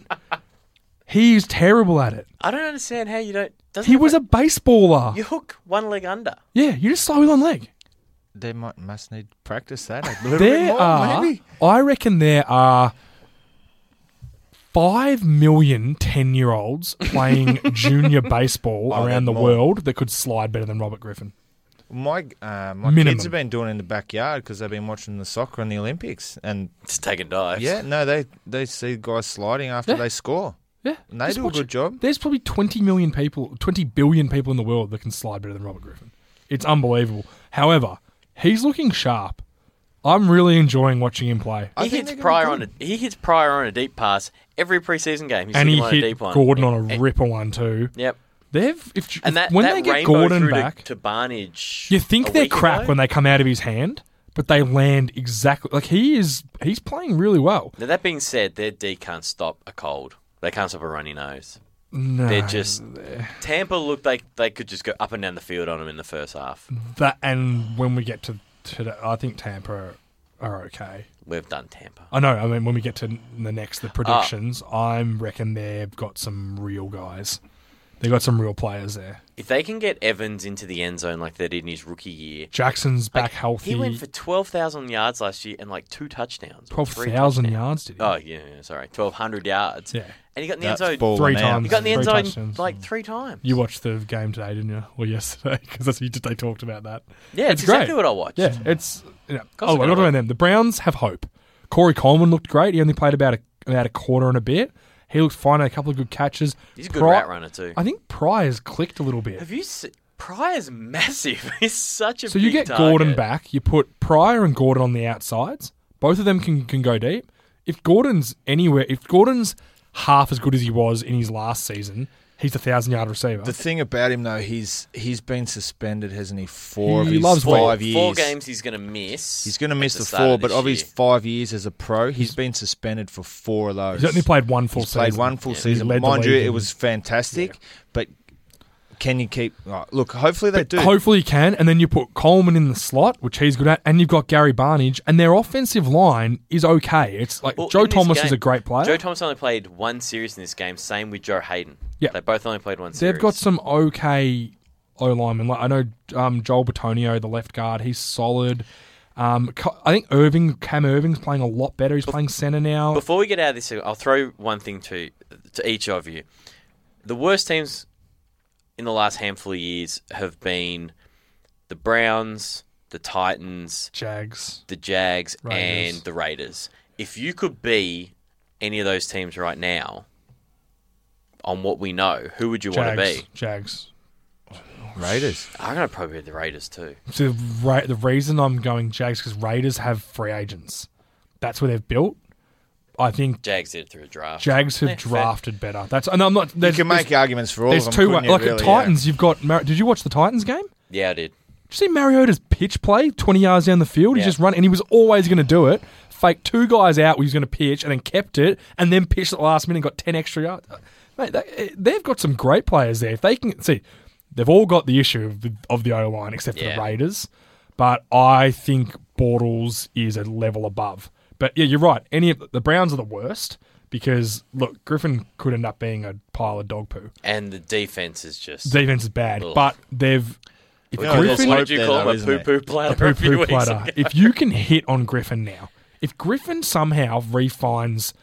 Speaker 4: He's terrible at it.
Speaker 2: I don't understand how you don't. Doesn't
Speaker 4: He
Speaker 2: it
Speaker 4: was a
Speaker 2: work?
Speaker 4: baseballer.
Speaker 2: You hook one leg under.
Speaker 4: Yeah, you just slide with one leg.
Speaker 3: They might must need to practice that a little bit
Speaker 4: There
Speaker 3: more,
Speaker 4: are,
Speaker 3: maybe.
Speaker 4: I reckon there are five million 10 year olds playing junior baseball
Speaker 3: I reckon
Speaker 4: around the
Speaker 3: more.
Speaker 4: world that could slide better than Robert Griffin.
Speaker 3: My uh, my
Speaker 4: Minimum.
Speaker 3: kids have been doing it in the backyard because they've been watching the soccer and the Olympics, and
Speaker 2: Just take a dive.
Speaker 3: yeah, no, they they see guys sliding after
Speaker 4: Yeah.
Speaker 3: they score.
Speaker 4: Yeah.
Speaker 3: And they
Speaker 4: just
Speaker 3: do a
Speaker 4: watch
Speaker 3: good
Speaker 4: it.
Speaker 3: job.
Speaker 4: There's probably 20 million people, 20 billion people in the world that can slide better than Robert Griffin. It's unbelievable. However, he's looking sharp. I'm really enjoying watching him play.
Speaker 3: I
Speaker 2: He
Speaker 3: think
Speaker 2: hits
Speaker 3: they're gonna
Speaker 2: Pryor
Speaker 3: do
Speaker 2: on a he hits Pryor on a deep pass every preseason game. He's
Speaker 4: and
Speaker 2: hitting
Speaker 4: he
Speaker 2: him on a
Speaker 4: hit
Speaker 2: deep one.
Speaker 4: Gordon on a
Speaker 2: And-
Speaker 4: ripper one too.
Speaker 2: Yep.
Speaker 4: They've if,
Speaker 2: And that
Speaker 4: if- when
Speaker 2: that
Speaker 4: they get
Speaker 2: rainbow
Speaker 4: Gordon
Speaker 2: through
Speaker 4: back,
Speaker 2: to, to Barnage.
Speaker 4: you think
Speaker 2: a
Speaker 4: they're
Speaker 2: week
Speaker 4: crap
Speaker 2: ago?
Speaker 4: when they come out of his hand, but they land exactly like he is. He's playing really well.
Speaker 2: Now that being said, their D can't stop a cold. They can't stop a runny nose.
Speaker 4: No,
Speaker 2: They're just Tampa looked like they could just go up and down the field on them in the first half.
Speaker 4: that. And when we get to today, I think Tampa are, are okay.
Speaker 2: We've done Tampa.
Speaker 4: I know. I mean, when we get to the next,
Speaker 2: Uh,
Speaker 4: the predictions, I'm reckon they've got some real guys. They've got some real players there.
Speaker 2: If they can get Evans into the end zone like they did in his rookie year,
Speaker 4: Jackson's back
Speaker 2: like,
Speaker 4: healthy.
Speaker 2: He went for twelve thousand yards last year and like two touchdowns. or
Speaker 4: twelve
Speaker 2: three
Speaker 4: thousand
Speaker 2: touchdowns.
Speaker 4: yards. Did he?
Speaker 2: Oh yeah, yeah, sorry, twelve hundred yards.
Speaker 4: Yeah.
Speaker 2: and he got in the
Speaker 3: That's
Speaker 2: end zone.
Speaker 3: balling
Speaker 4: Three
Speaker 3: out.
Speaker 4: times.
Speaker 2: Oh, He got in the end
Speaker 4: Three
Speaker 2: zone
Speaker 4: touchdowns.
Speaker 2: like three times.
Speaker 4: You watched the game today, didn't you? Or yesterday? <laughs> Because that's you they talked about that.
Speaker 2: yeah, it's
Speaker 4: it's great.
Speaker 2: exactly what I watched.
Speaker 4: Yeah, it's. You know,
Speaker 2: course
Speaker 4: oh,
Speaker 2: they're
Speaker 4: we're
Speaker 2: gonna
Speaker 4: not
Speaker 2: win.
Speaker 4: about them. The Browns have hope. Corey Coleman looked great. He only played about a about a quarter and a bit. He looked fine. Had a couple of good catches.
Speaker 2: He's a good
Speaker 4: Pry-
Speaker 2: route runner too.
Speaker 4: I think Pryor's clicked a little bit.
Speaker 2: Have you? Se- Pryor's massive. <laughs> He's such a.
Speaker 4: So you
Speaker 2: big
Speaker 4: get
Speaker 2: target.
Speaker 4: Gordon back. You put Pryor and Gordon on the outsides. Both of them can can go deep. If Gordon's anywhere, if Gordon's half as good as he was in his last season, he's a thousand yard receiver.
Speaker 3: The thing about him though, he's he's been suspended, hasn't he? Four
Speaker 4: He
Speaker 3: of his
Speaker 4: loves
Speaker 3: five
Speaker 2: Four,
Speaker 3: years.
Speaker 2: four games he's going to miss.
Speaker 3: He's going to
Speaker 2: at
Speaker 3: miss the,
Speaker 2: start of
Speaker 3: four, but
Speaker 2: this
Speaker 3: of his
Speaker 2: year.
Speaker 3: five years as a pro, he's been suspended for four of those.
Speaker 4: he's only played one full
Speaker 3: He's
Speaker 4: season.
Speaker 3: played one full
Speaker 4: He
Speaker 3: season.
Speaker 4: led the
Speaker 3: Mind you,
Speaker 4: league
Speaker 3: it
Speaker 4: in-
Speaker 3: was fantastic, but can you keep? oh, look, hopefully they do.
Speaker 4: Hopefully you can, and then you put Coleman in the slot, which he's good at, and you've got Gary Barnage, and their offensive line is okay. It's like
Speaker 2: Well,
Speaker 4: Joe
Speaker 2: in this
Speaker 4: Thomas
Speaker 2: game-
Speaker 4: is a great player.
Speaker 2: Joe Thomas only played one series in this game. Same with Joe Hayden.
Speaker 4: Yeah.
Speaker 2: they both only played one series.
Speaker 4: They've got some okay O linemen. Like I know um, Joel Batonio, the left guard, he's solid. Um, Co- I think Irving, Cam Irving's playing a lot better. He's playing center now.
Speaker 2: Before we get out of this, I'll throw one thing to to each of you. The worst teams in the last handful of years have been the Browns, the Titans,
Speaker 4: Jags.
Speaker 2: the Jags,
Speaker 4: Raiders.
Speaker 2: and the Raiders. If you could be any of those teams right now, on what we know, who would you want to
Speaker 4: Jags.
Speaker 2: be?
Speaker 4: Jags.
Speaker 3: Raiders.
Speaker 2: I'm going to probably be the Raiders too.
Speaker 4: So the, ra- the reason I'm going Jags because Raiders have free agents. That's where they've built. I think
Speaker 2: Jags did it through a draft.
Speaker 4: Jags have
Speaker 2: Yeah, fair.
Speaker 4: drafted better. That's and I'm not.
Speaker 3: You
Speaker 4: there's-
Speaker 3: can
Speaker 4: there's-
Speaker 3: make arguments for all
Speaker 4: There's
Speaker 3: of them.
Speaker 4: two.
Speaker 3: couldn't
Speaker 4: Way,
Speaker 3: you,
Speaker 4: like
Speaker 3: really?
Speaker 4: at Titans, you've got. Mar- Did you watch the Titans game? Did
Speaker 2: Yeah, I did.
Speaker 4: you see Mariota's pitch play twenty yards down the field?
Speaker 2: Yeah.
Speaker 4: He just run, and he was always going to do it. Faked two guys out, where he was going to pitch, and then kept it, and then pitched at the last minute and got ten extra yards. Uh, Mate, they, they've got some great players there. If they can see, they've all got the issue of the, of the O line except for
Speaker 2: Yeah.
Speaker 4: the Raiders, but I think Bortles is a level above. But yeah, you're right. Any of the Browns are the worst because look, Griffin could end up being a pile of dog poo
Speaker 2: And the defense is just.
Speaker 4: defense is bad,
Speaker 2: Ugh.
Speaker 4: but they've if
Speaker 3: know, there's
Speaker 4: Griffin
Speaker 2: what
Speaker 3: hope
Speaker 2: did you
Speaker 3: there,
Speaker 2: call
Speaker 3: though,
Speaker 2: him? A
Speaker 3: isn't
Speaker 2: poo
Speaker 3: it?
Speaker 2: poo platter. <laughs>
Speaker 4: a poo-poo
Speaker 2: a few weeks
Speaker 4: platter,
Speaker 2: ago.
Speaker 4: if you can hit on Griffin now, if Griffin somehow refines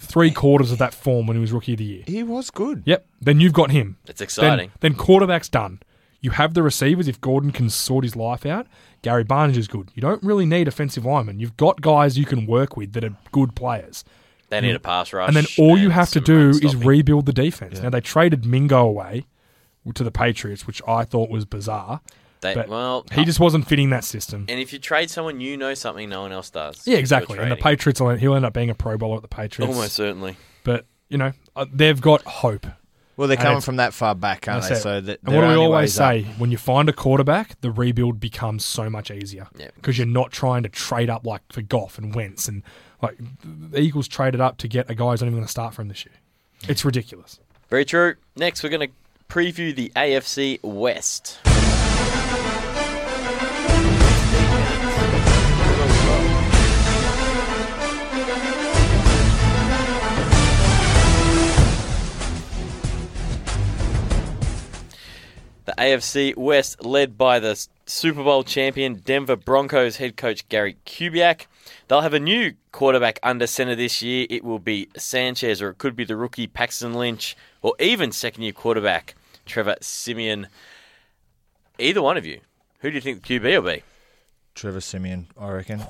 Speaker 4: three quarters of that form when he was rookie of the year,
Speaker 3: He was good.
Speaker 4: yep, then you've got him.
Speaker 2: It's exciting.
Speaker 4: Then, then quarterback's done. You have the receivers. If Gordon can sort his life out, Gary Barnage is good. You don't really need offensive linemen. You've got guys you can work with that are good players.
Speaker 2: They need a pass rush.
Speaker 4: And then all you have to
Speaker 2: some
Speaker 4: do
Speaker 2: run
Speaker 4: is
Speaker 2: stopping.
Speaker 4: rebuild the defense. Now they traded Mingo away to the Patriots, which I thought was bizarre.
Speaker 2: They-
Speaker 4: but
Speaker 2: well, uh,
Speaker 4: he just wasn't fitting that system.
Speaker 2: and if you trade someone, you know something no one else does.
Speaker 4: Yeah,
Speaker 2: You're
Speaker 4: exactly. And the
Speaker 2: trading.
Speaker 4: Patriots, will, he'll end up being a Pro Bowler at the Patriots.
Speaker 2: almost certainly.
Speaker 4: But you know, uh, they've got hope.
Speaker 3: Well, they're
Speaker 4: And
Speaker 3: coming
Speaker 4: it's-
Speaker 3: from that far back, aren't
Speaker 4: That's
Speaker 3: they?
Speaker 4: it.
Speaker 3: So that
Speaker 4: and what do we always say? When you find a quarterback, the rebuild becomes so much easier
Speaker 2: Yeah.
Speaker 4: because you're not trying to trade up like for Goff and Wentz and like the Eagles traded up to get a guy who's not even going to start for him this year. It's ridiculous.
Speaker 2: Very true. Next, we're going to preview the AFC West. AFC West, led by the S- Super Bowl champion Denver Broncos head coach Gary Kubiak. They'll have a new quarterback under center this year. It will be Sanchez, or it could be the rookie Paxton Lynch, or even second year quarterback Trevor Simeon. Either one of you, who do you think the QB will be?
Speaker 3: Trevor Simeon,
Speaker 2: <laughs>
Speaker 3: I reckon.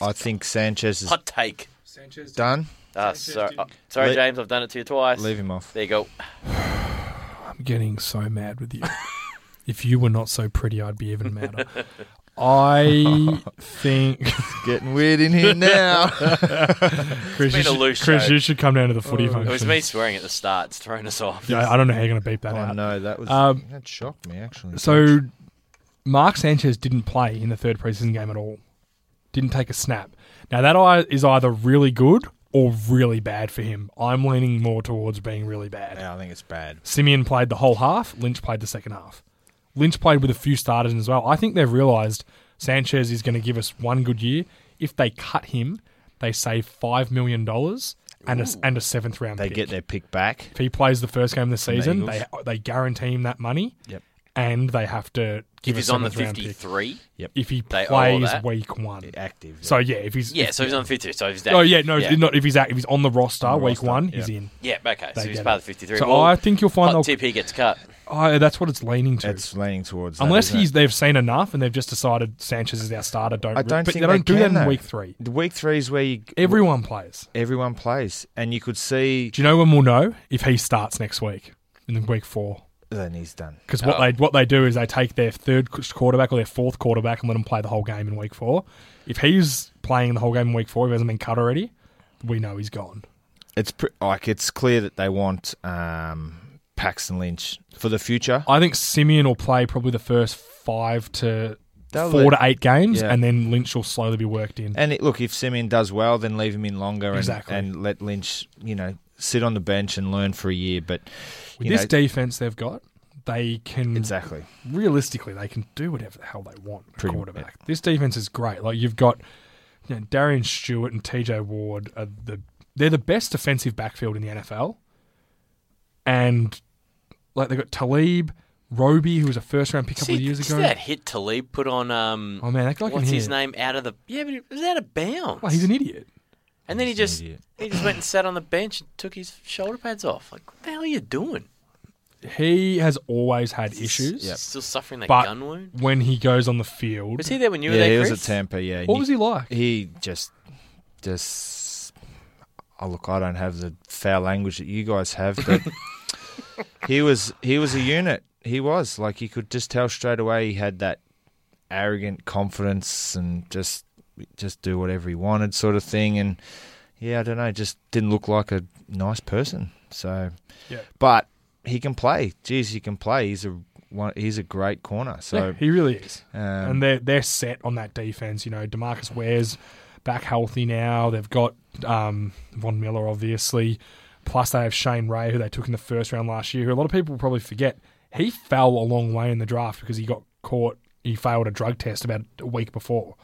Speaker 3: I think Sanchez is
Speaker 2: Hot take.
Speaker 4: Sanchez.
Speaker 3: done.
Speaker 2: Ah, sorry, oh, sorry,
Speaker 3: Le-
Speaker 2: James, I've done it to you twice.
Speaker 3: Leave him off.
Speaker 2: There you go.
Speaker 4: I'm getting so mad with you. <laughs> if you were not so pretty, I'd be even <laughs> madder. I think
Speaker 3: Getting weird in
Speaker 4: <laughs>
Speaker 3: here now.
Speaker 4: Chris, you
Speaker 2: been a
Speaker 4: should,
Speaker 2: loose
Speaker 4: Chris
Speaker 2: show.
Speaker 4: you should come down to the footy
Speaker 2: It was
Speaker 4: function.
Speaker 2: me swearing at the start. It's thrown us off.
Speaker 4: Yeah, I don't know how you're going to beat that
Speaker 3: oh
Speaker 4: out.
Speaker 3: no, that was
Speaker 4: Um,
Speaker 3: that shocked me actually.
Speaker 4: So, Mark Sanchez didn't play in the third preseason game at all. Didn't take a snap. Now that ei- is either really good or really bad for him. I'm leaning more towards being really bad.
Speaker 3: yeah, I think it's bad.
Speaker 4: Simeon played the whole half. Lynch played the second half. Lynch played with a few starters as well. I think they've realised Sanchez is going to give us one good year. If they cut him, they save five million dollars and a, and a seventh round.
Speaker 3: They
Speaker 4: pick.
Speaker 3: get their pick back.
Speaker 4: If he plays the first game of the season,
Speaker 3: Eagles.
Speaker 4: they they guarantee him that money.
Speaker 3: Yep.
Speaker 4: And they have to give
Speaker 2: If he's on the
Speaker 4: a seventh round pick.
Speaker 2: 53,
Speaker 4: If he
Speaker 2: They owe all
Speaker 4: plays
Speaker 2: that.
Speaker 4: week one,
Speaker 3: Active.
Speaker 4: so yeah, if he's
Speaker 2: yeah,
Speaker 4: if-
Speaker 2: so he's on the 53. So he's
Speaker 4: oh yeah, no,
Speaker 2: yeah.
Speaker 4: not if he's at, if he's on the roster
Speaker 3: On the
Speaker 4: week
Speaker 3: roster,
Speaker 4: one, he's
Speaker 3: yeah.
Speaker 4: in.
Speaker 2: Yeah, okay.
Speaker 4: They
Speaker 2: So he's
Speaker 4: get
Speaker 2: part
Speaker 4: it.
Speaker 2: of the 53.
Speaker 4: So
Speaker 2: well,
Speaker 4: I think you'll find
Speaker 2: hot
Speaker 4: they'll,
Speaker 2: tip he gets cut.
Speaker 4: I- Oh, that's what it's leaning to.
Speaker 3: It's leaning towards. that,
Speaker 4: Unless
Speaker 3: isn't
Speaker 4: he's
Speaker 3: it?
Speaker 4: they've seen enough and they've just decided Sanchez is our starter. Don't
Speaker 3: I
Speaker 4: rip-
Speaker 3: don't
Speaker 4: but
Speaker 3: think
Speaker 4: they don't do that
Speaker 3: can,
Speaker 4: in
Speaker 3: though.
Speaker 4: week three.
Speaker 3: The week three is where you,
Speaker 4: Everyone plays.
Speaker 3: everyone plays, and you could see
Speaker 4: Do you know when we'll know if he starts next week in week four?
Speaker 3: then he's done.
Speaker 4: Because what
Speaker 2: Oh.
Speaker 4: they what they do is they take their third qu- quarterback or their fourth quarterback and let him play the whole game in week four. If he's playing the whole game in week four, if he hasn't been cut already, we know he's gone.
Speaker 3: It's pre- like it's clear that they want um, Paxton Lynch for the future.
Speaker 4: I think Simeon will play probably the first five to
Speaker 3: They'll
Speaker 4: four
Speaker 3: let-
Speaker 4: to eight games,
Speaker 3: Yeah.
Speaker 4: and then Lynch will slowly be worked in.
Speaker 3: And it, look, if Simeon does well, then leave him in longer and,
Speaker 4: Exactly.
Speaker 3: and let Lynch, you know, sit on the bench and learn for a year. But
Speaker 4: With
Speaker 3: you
Speaker 4: this
Speaker 3: know,
Speaker 4: defense they've got, they can
Speaker 3: exactly,
Speaker 4: realistically they can do whatever the hell they want. at
Speaker 3: Pretty-
Speaker 4: quarterback. This defense is great. Like you've got you know, Darian Stewart and T.J. Ward are the they're the best defensive backfield in the NFL, and like they've got Talib Roby, who was a first round pick a couple
Speaker 2: See,
Speaker 4: of years
Speaker 2: see
Speaker 4: ago.
Speaker 2: that hit Talib put on um
Speaker 4: Oh man, that guy can
Speaker 2: what's
Speaker 4: hit.
Speaker 2: his name out of the Yeah, but it was out of bounds.
Speaker 4: Well, he's an idiot.
Speaker 2: and then he
Speaker 3: He's
Speaker 2: just
Speaker 3: an idiot.
Speaker 2: he just went and sat on the bench and took his shoulder pads off. Like, what the hell are you doing?
Speaker 4: He has always had issues,
Speaker 3: Yep.
Speaker 2: Still suffering that
Speaker 4: but
Speaker 2: gun wound?
Speaker 4: when he goes on the field,
Speaker 2: Was he there when you were
Speaker 3: yeah,
Speaker 2: there,
Speaker 3: he was
Speaker 2: Chris?
Speaker 3: at Tampa. Yeah, and
Speaker 4: what
Speaker 3: you-
Speaker 4: was he like?
Speaker 3: he just just oh look i don't have the foul language that you guys have
Speaker 4: <laughs>
Speaker 3: but he was he was a unit he was like you could just tell straight away he had that arrogant confidence and just just do whatever he wanted sort of thing and yeah i don't know just didn't look like a nice person so
Speaker 4: Yeah.
Speaker 3: but he can play jeez he can play he's a one, he's a great corner
Speaker 4: Yeah,
Speaker 3: so
Speaker 4: he really is.
Speaker 3: um,
Speaker 4: and they're they're set on that defense. You know, Demarcus Ware's back healthy now. They've got um, Von Miller, obviously. Plus, they have Shane Ray, who they took in the first round last year. Who a lot of people will probably forget. He fell a long way in the draft because he got caught. He failed a drug test about a week before,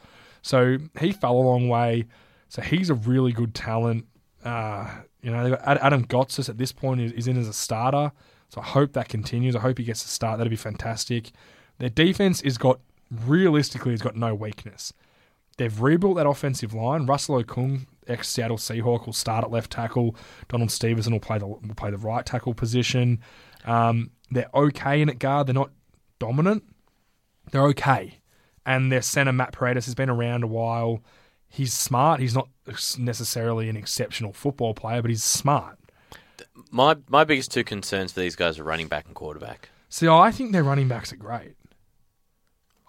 Speaker 4: so he fell a long way. So he's a really good talent. Uh, you know, they've got Ad- Adam Gotsis at this point is, is in as a starter. So I hope that continues. I hope he gets a start. That'd be fantastic. Their defense has got realistically has got no weakness. They've rebuilt that offensive line. Russell Okung, ex Seattle Seahawk, will start at left tackle. Donald Stevenson will play the will play the right tackle position. Um, they're okay in at guard. They're not dominant. They're okay. And their center Matt Paredes has been around a while. He's smart. He's not necessarily an exceptional football player, but he's smart.
Speaker 2: My my biggest two concerns for these guys are running back and quarterback.
Speaker 4: See, I think their running backs are great.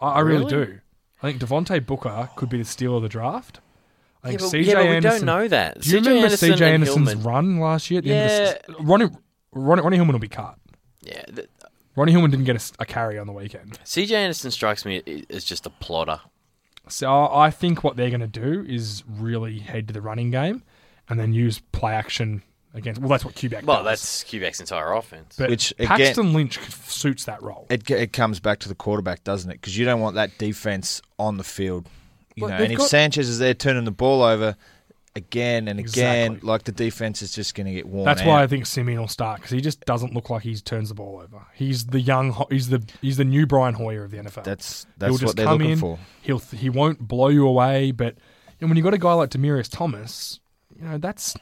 Speaker 4: I, I really?
Speaker 2: Really?
Speaker 4: do. I think Devontae Booker could be the steal of the draft. I
Speaker 2: Yeah,
Speaker 4: think
Speaker 2: but,
Speaker 4: CJ
Speaker 2: yeah, but we
Speaker 4: Anderson.
Speaker 2: don't know that.
Speaker 4: Do you
Speaker 2: CJ
Speaker 4: remember
Speaker 2: Anderson
Speaker 4: CJ
Speaker 2: and
Speaker 4: Anderson's
Speaker 2: Hillman.
Speaker 4: run last year? At the end of the, s- Ronnie, Ronnie, Ronnie Hillman will be cut.
Speaker 2: Yeah, th-
Speaker 4: Ronnie Hillman didn't get a s- a, carry on the weekend.
Speaker 2: CJ Anderson strikes me i- as just a plotter.
Speaker 4: So I think what they're going to do is really head to the running game and then use play action against. Well, that's what Quebec
Speaker 2: Well,
Speaker 4: does.
Speaker 2: that's Quebec's entire offense.
Speaker 4: but
Speaker 3: Which, again-
Speaker 4: Paxton Lynch suits that role.
Speaker 3: It, g- it comes back to the quarterback, doesn't it? Because you don't want that defense on the field, you
Speaker 4: Well,
Speaker 3: know.
Speaker 4: they've
Speaker 3: And if
Speaker 4: got-
Speaker 3: Sanchez is there turning the ball over, again and again,
Speaker 4: Exactly.
Speaker 3: like the defense is just going to get worn
Speaker 4: That's
Speaker 3: out.
Speaker 4: why I think Simeon will start because he just doesn't look like he turns the ball over. He's the young, Ho- he's the he's the new Brian Hoyer of the NFL.
Speaker 3: that's
Speaker 4: He'll
Speaker 3: that's
Speaker 4: just
Speaker 3: what they're
Speaker 4: come
Speaker 3: looking
Speaker 4: in.
Speaker 3: for.
Speaker 4: He'll th- he won't blow you away, but and when you have got a guy like Demarius Thomas, you know that's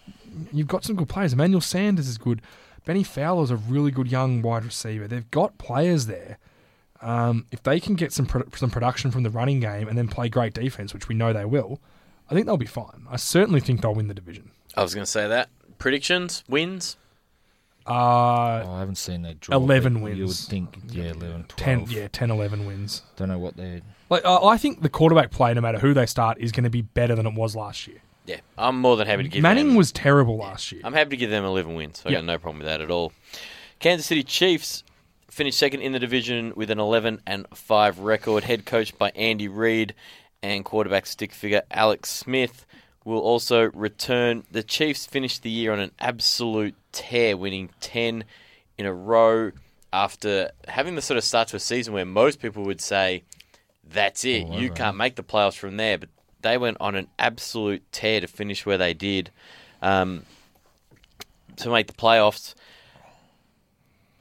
Speaker 4: you've got some good players. Emmanuel Sanders is good. Benny Fowler's a really good young wide receiver. They've got players there. Um, if they can get some pro- some production from the running game and then play great defense, which we know they will, I think they'll be fine. I certainly think they'll win the division.
Speaker 2: I was going to say that. Predictions, wins.
Speaker 4: Uh,
Speaker 3: Oh, I haven't seen that draw.
Speaker 4: 11
Speaker 3: but You would
Speaker 4: wins.
Speaker 3: think, yeah, 11,
Speaker 4: 10,
Speaker 3: 12.
Speaker 4: yeah, 10, 11 wins.
Speaker 3: Don't know what they're.
Speaker 4: Like I I think the quarterback play, no matter who they start, is going to be better than it was last year.
Speaker 2: Yeah, I'm more than happy to give
Speaker 4: Manning
Speaker 2: them.
Speaker 4: was terrible last year.
Speaker 2: I'm happy to give them 11 wins. I
Speaker 4: Yeah.
Speaker 2: got no problem with that at all. Kansas City Chiefs finished second in the division with an 11 and 5 record. Head coach by Andy Reid and quarterback stick figure Alex Smith will also return. The Chiefs finished the year on an absolute tear, winning 10 in a row after having the sort of start to a season where most people would say that's it.
Speaker 3: All
Speaker 2: you
Speaker 3: over.
Speaker 2: can't make the playoffs from there. But they went on an absolute tear to finish where they did um, to make the playoffs.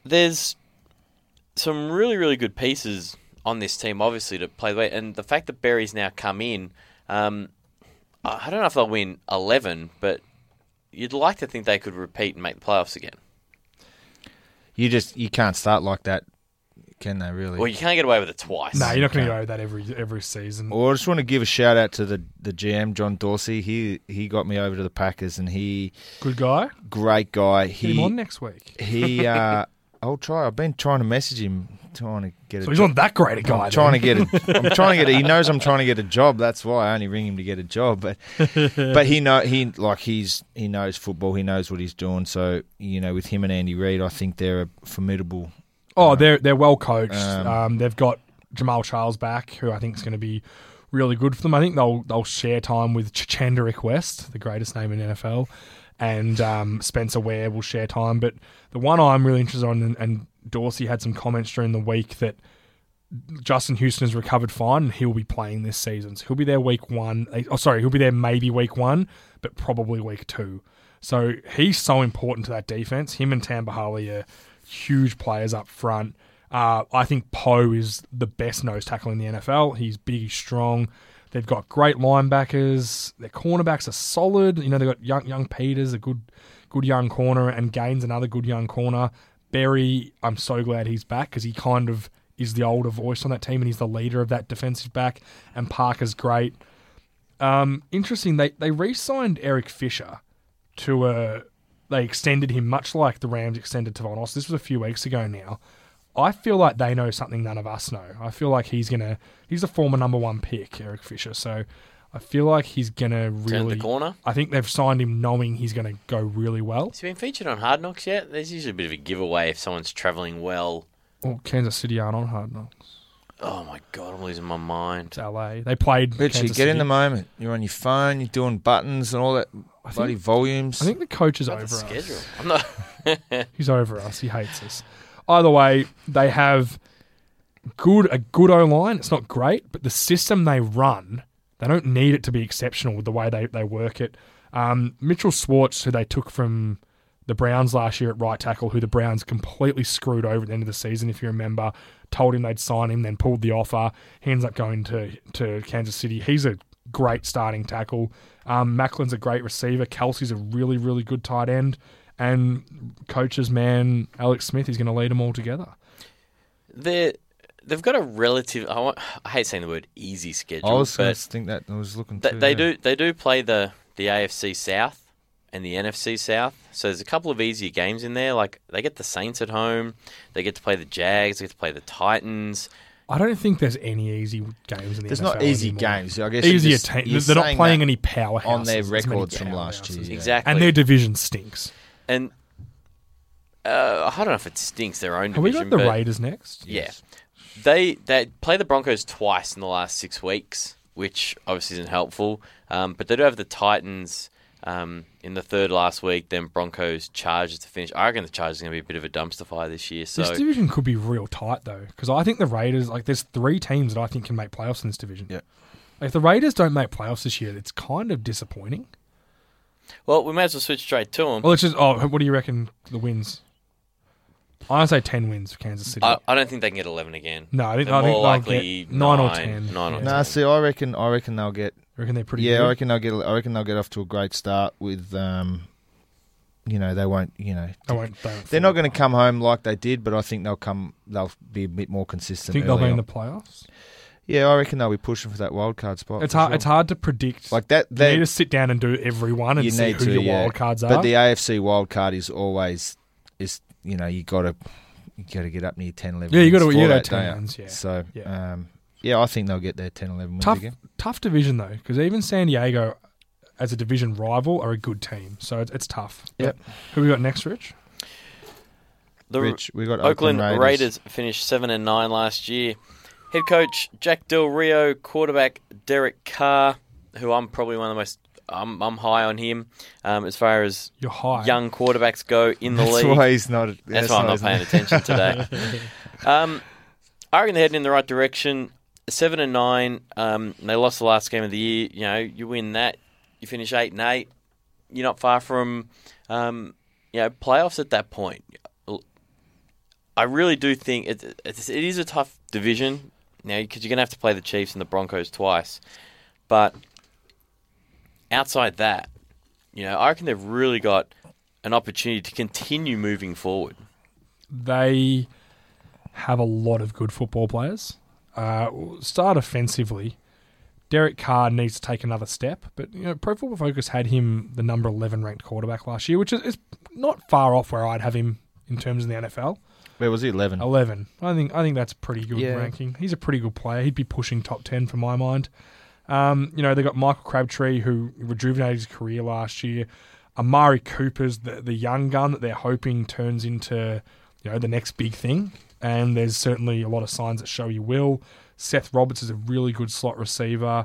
Speaker 2: There's some really, really good pieces on this team, obviously, to play the way. And the fact that Barry's now come in, um, I I don't know if they'll win 11, but you'd like to think they could repeat and make the playoffs again.
Speaker 3: You just you can't start like that, can they? Really?
Speaker 2: Well, you can't get away with it twice.
Speaker 4: no, you're not going to go that every every season.
Speaker 3: Well, I just want to give a shout out to the the GM John Dorsey. He he got me over to the Packers, and he
Speaker 4: Good guy.
Speaker 3: great guy.
Speaker 4: Get
Speaker 3: He
Speaker 4: him on next week. <laughs>
Speaker 3: he. Uh, I'll try. I've been trying to message him, trying to get.
Speaker 4: So
Speaker 3: a
Speaker 4: he's
Speaker 3: job.
Speaker 4: not that great a guy.
Speaker 3: I'm trying to get a. I'm trying to get. A, he knows I'm trying to get a job. That's why I only ring him to get a job.
Speaker 4: <laughs>
Speaker 3: But but he know he like he's he knows football. He knows what he's doing. So you know, with him and Andy Reid, I think they're a formidable.
Speaker 4: Oh, they're they're well coached. Um,
Speaker 3: Um,
Speaker 4: they've got Jamal Charles back, who I think is going to be really good for them. I think they'll they'll share time with Ch- Chanderick West, the greatest name in NFL, and um, Spencer Ware will share time. But the one I'm really interested on, and, and Dorsey had some comments during the week that Justin Houston has recovered fine, and he'll be playing this season. So he'll be there week one. eh, Oh, sorry, he'll be there maybe week one, but probably week two. So he's so important to that defense. Him and Tamba Harley are huge players up front. Uh, I think Poe is the best nose tackle in the NFL. He's big, he's strong. They've got great linebackers. Their cornerbacks are solid. You know they've got young young Peters, a good good young corner, and Gaines another good young corner. Berry, I'm so glad he's back because he kind of is the older voice on that team and he's the leader of that defensive back. And Parker's great. Um, interesting. They they re-signed Eric Fisher to a. They extended him much like the Rams extended Tavonos. This was a few weeks ago now. I feel like they know something none of us know. I feel like he's gonna. He's a former number one pick, Eric Fisher. So I feel like he's gonna
Speaker 2: Turn
Speaker 4: really.
Speaker 2: the corner.
Speaker 4: I think they've signed him knowing he's gonna go really well.
Speaker 2: Has he been featured on Hard Knocks yet? There's usually a bit of a giveaway if someone's travelling well.
Speaker 4: Well, Oh, Kansas City aren't on hard knocks.
Speaker 2: Oh my god, I'm losing my mind.
Speaker 4: It's LA. They played.
Speaker 3: Literally,
Speaker 4: Kansas
Speaker 3: get in
Speaker 4: City.
Speaker 3: the moment. You're on your phone. You're doing buttons and all that
Speaker 4: I
Speaker 3: bloody
Speaker 4: think,
Speaker 3: volumes.
Speaker 4: I think the coach is
Speaker 2: Not
Speaker 4: over
Speaker 2: the
Speaker 4: us.
Speaker 2: schedule. I'm not.
Speaker 4: He's over us. He hates us. Either way, they have good a good O line. It's not great, but the system they run, they don't need it to be exceptional with the way they, they work it. Um, Mitchell Swartz, who they took from the Browns last year at right tackle, who the Browns completely screwed over at the end of the season, if you remember, told him they'd sign him, then pulled the offer. He ends up going to, to Kansas City. He's a great starting tackle. Um, Macklin's a great receiver. Kelsey's a really, really good tight end. And coach's man, Alex Smith, is going to lead them all together.
Speaker 2: They're, they've got a relative. I, want, I hate saying the word easy schedule.
Speaker 3: I was going
Speaker 2: but
Speaker 3: to think that. I was looking.
Speaker 2: they,
Speaker 3: too,
Speaker 2: they
Speaker 3: yeah.
Speaker 2: do they do play the the AFC South and the NFC South. So there's a couple of easier games in there. Like they get the Saints at home. They get to play the Jags. They get to play the Titans.
Speaker 4: I don't think there's any easy games in the
Speaker 3: There's
Speaker 4: NFL
Speaker 3: not easy
Speaker 4: anymore.
Speaker 3: games. I guess you're
Speaker 4: Easier
Speaker 3: just-
Speaker 4: team.
Speaker 3: you're
Speaker 4: They're not
Speaker 3: saying
Speaker 4: playing
Speaker 3: that
Speaker 4: any powerhouses.
Speaker 3: on their
Speaker 4: as many
Speaker 3: records from last
Speaker 4: powerhouses.
Speaker 3: year. yeah.
Speaker 2: Exactly.
Speaker 4: And their division stinks.
Speaker 2: And, uh, I don't know if it stinks their own
Speaker 4: Have we
Speaker 2: division.
Speaker 4: got the
Speaker 2: but-
Speaker 4: Raiders next?
Speaker 2: Yeah. They they play the Broncos twice in the last six weeks, which obviously isn't helpful. Um, but they do have the Titans um, in the third last week, then Broncos Chargers to finish. I reckon the Chargers are going to be a bit of a dumpster fire this year. So
Speaker 4: This division could be real tight though, because I think the Raiders like there's three teams that I think can make playoffs in this division.
Speaker 3: Yeah.
Speaker 4: If the Raiders don't make playoffs this year, it's kind of disappointing.
Speaker 2: Well, we may as well switch straight to him.
Speaker 4: Well, it's just. Oh, what do you reckon the wins? I say ten wins for Kansas City.
Speaker 3: Uh,
Speaker 2: I, I don't think they can get 11 again.
Speaker 4: no, I think,
Speaker 2: They're
Speaker 4: I think
Speaker 2: more
Speaker 4: they'll
Speaker 2: likely
Speaker 4: get nine, or
Speaker 2: nine-
Speaker 4: ten.
Speaker 2: nine or ten.
Speaker 4: yeah.
Speaker 3: Nah, see, I reckon, I reckon they'll get.
Speaker 4: I reckon they're pretty.
Speaker 3: yeah,
Speaker 4: good.
Speaker 3: I reckon they'll get. I reckon they'll get off to a great start with. Um, you know, they won't. You know,
Speaker 4: They won't, they won't
Speaker 3: they're not
Speaker 4: fall.
Speaker 3: going to come home like they did, but I think they'll come. They'll be a bit more consistent.
Speaker 4: Think they'll
Speaker 3: early
Speaker 4: be in
Speaker 3: on.
Speaker 4: the playoffs.
Speaker 3: Yeah, I reckon they'll be pushing for that wild card spot.
Speaker 4: It's
Speaker 3: for
Speaker 4: hard.
Speaker 3: sure.
Speaker 4: It's hard to predict.
Speaker 3: like that.
Speaker 4: you
Speaker 3: They,
Speaker 4: need to sit down and do everyone and
Speaker 3: you
Speaker 4: see
Speaker 3: need
Speaker 4: who
Speaker 3: to,
Speaker 4: your
Speaker 3: yeah.
Speaker 4: wild cards are.
Speaker 3: But the AFC wild card is always is you know you got to you got to get up near 10, 11
Speaker 4: Yeah, you
Speaker 3: got
Speaker 4: gotta-
Speaker 3: to
Speaker 4: you gotta
Speaker 3: that,
Speaker 4: 10
Speaker 3: don't you?
Speaker 4: wins, yeah.
Speaker 3: So
Speaker 4: Yeah.
Speaker 3: Um, yeah, I think they'll get their 10, 11 wins
Speaker 4: tough,
Speaker 3: again.
Speaker 4: tough division though, because even San Diego, as a division rival, are a good team. So it's, it's tough.
Speaker 3: Yep.
Speaker 4: Who we got next, Rich?
Speaker 2: The
Speaker 3: Rich, we got
Speaker 2: Oakland
Speaker 3: Raiders.
Speaker 2: Raiders. finished 7 and 9 last year. Head coach Jack Del Rio, quarterback Derek Carr, who I'm probably one of the most I'm, I'm high on him um, as far as
Speaker 4: You're high.
Speaker 2: young quarterbacks go in the
Speaker 3: <laughs> That's
Speaker 2: league.
Speaker 3: why he's not.
Speaker 2: That's why I'm not paying attention today. um, I reckon they're heading in the right direction. Seven and nine. Um, they lost the last game of the year. You know, you win that, you finish eight and eight. You're not far from, um, you know, playoffs at that point. I really do think it, it's, it is a tough division now because you're going to have to play the Chiefs and the Broncos twice. But outside that, you know, I reckon they've really got an opportunity to continue moving forward.
Speaker 4: They have a lot of good football players. Uh, we'll start offensively. Derek Carr needs to take another step, but you know, Pro Football Focus had him the number eleven ranked quarterback last year, which is, is not far off where I'd have him in terms of the NFL.
Speaker 3: Where was he? Eleven.
Speaker 4: Eleven. I think I think that's a pretty good
Speaker 3: Yeah.
Speaker 4: ranking. He's a pretty good player. He'd be pushing top ten for my mind. Um, you know, they got Michael Crabtree who rejuvenated his career last year. Amari Cooper's the the young gun that they're hoping turns into, you know, the next big thing. And there's certainly a lot of signs that show he will. Seth Roberts is a really good slot receiver.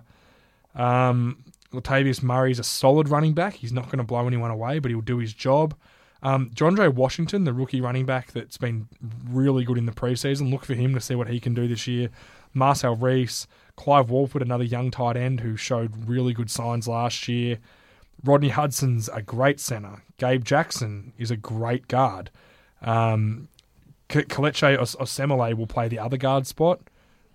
Speaker 4: Um, Latavius Murray's a solid running back. He's not going to blow anyone away, but he'll do his job. Um, Jondre Washington, the rookie running back that's been really good in the preseason, look for him to see what he can do this year. Marcel Reese, Clive Walford, another young tight end who showed really good signs last year. Rodney Hudson's a great center. Gabe Jackson is a great guard. Um, K- Keleche Os- Osemele will play the other guard spot,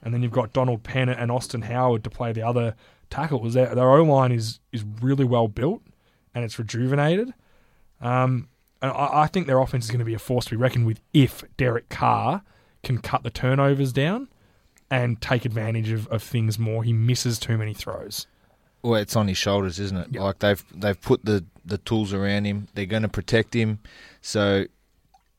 Speaker 4: and then you've got Donald Penn and Austin Howard to play the other tackles. Their, their O line is is really well built, and it's rejuvenated. Um, and I, I think their offense is going to be a force to be reckoned with if Derek Carr can cut the turnovers down and take advantage of, of things more. He misses too many throws.
Speaker 3: Well, it's on his shoulders, isn't it?
Speaker 4: Yeah.
Speaker 3: Like they've they've put the the tools around him. They're going to protect him. So,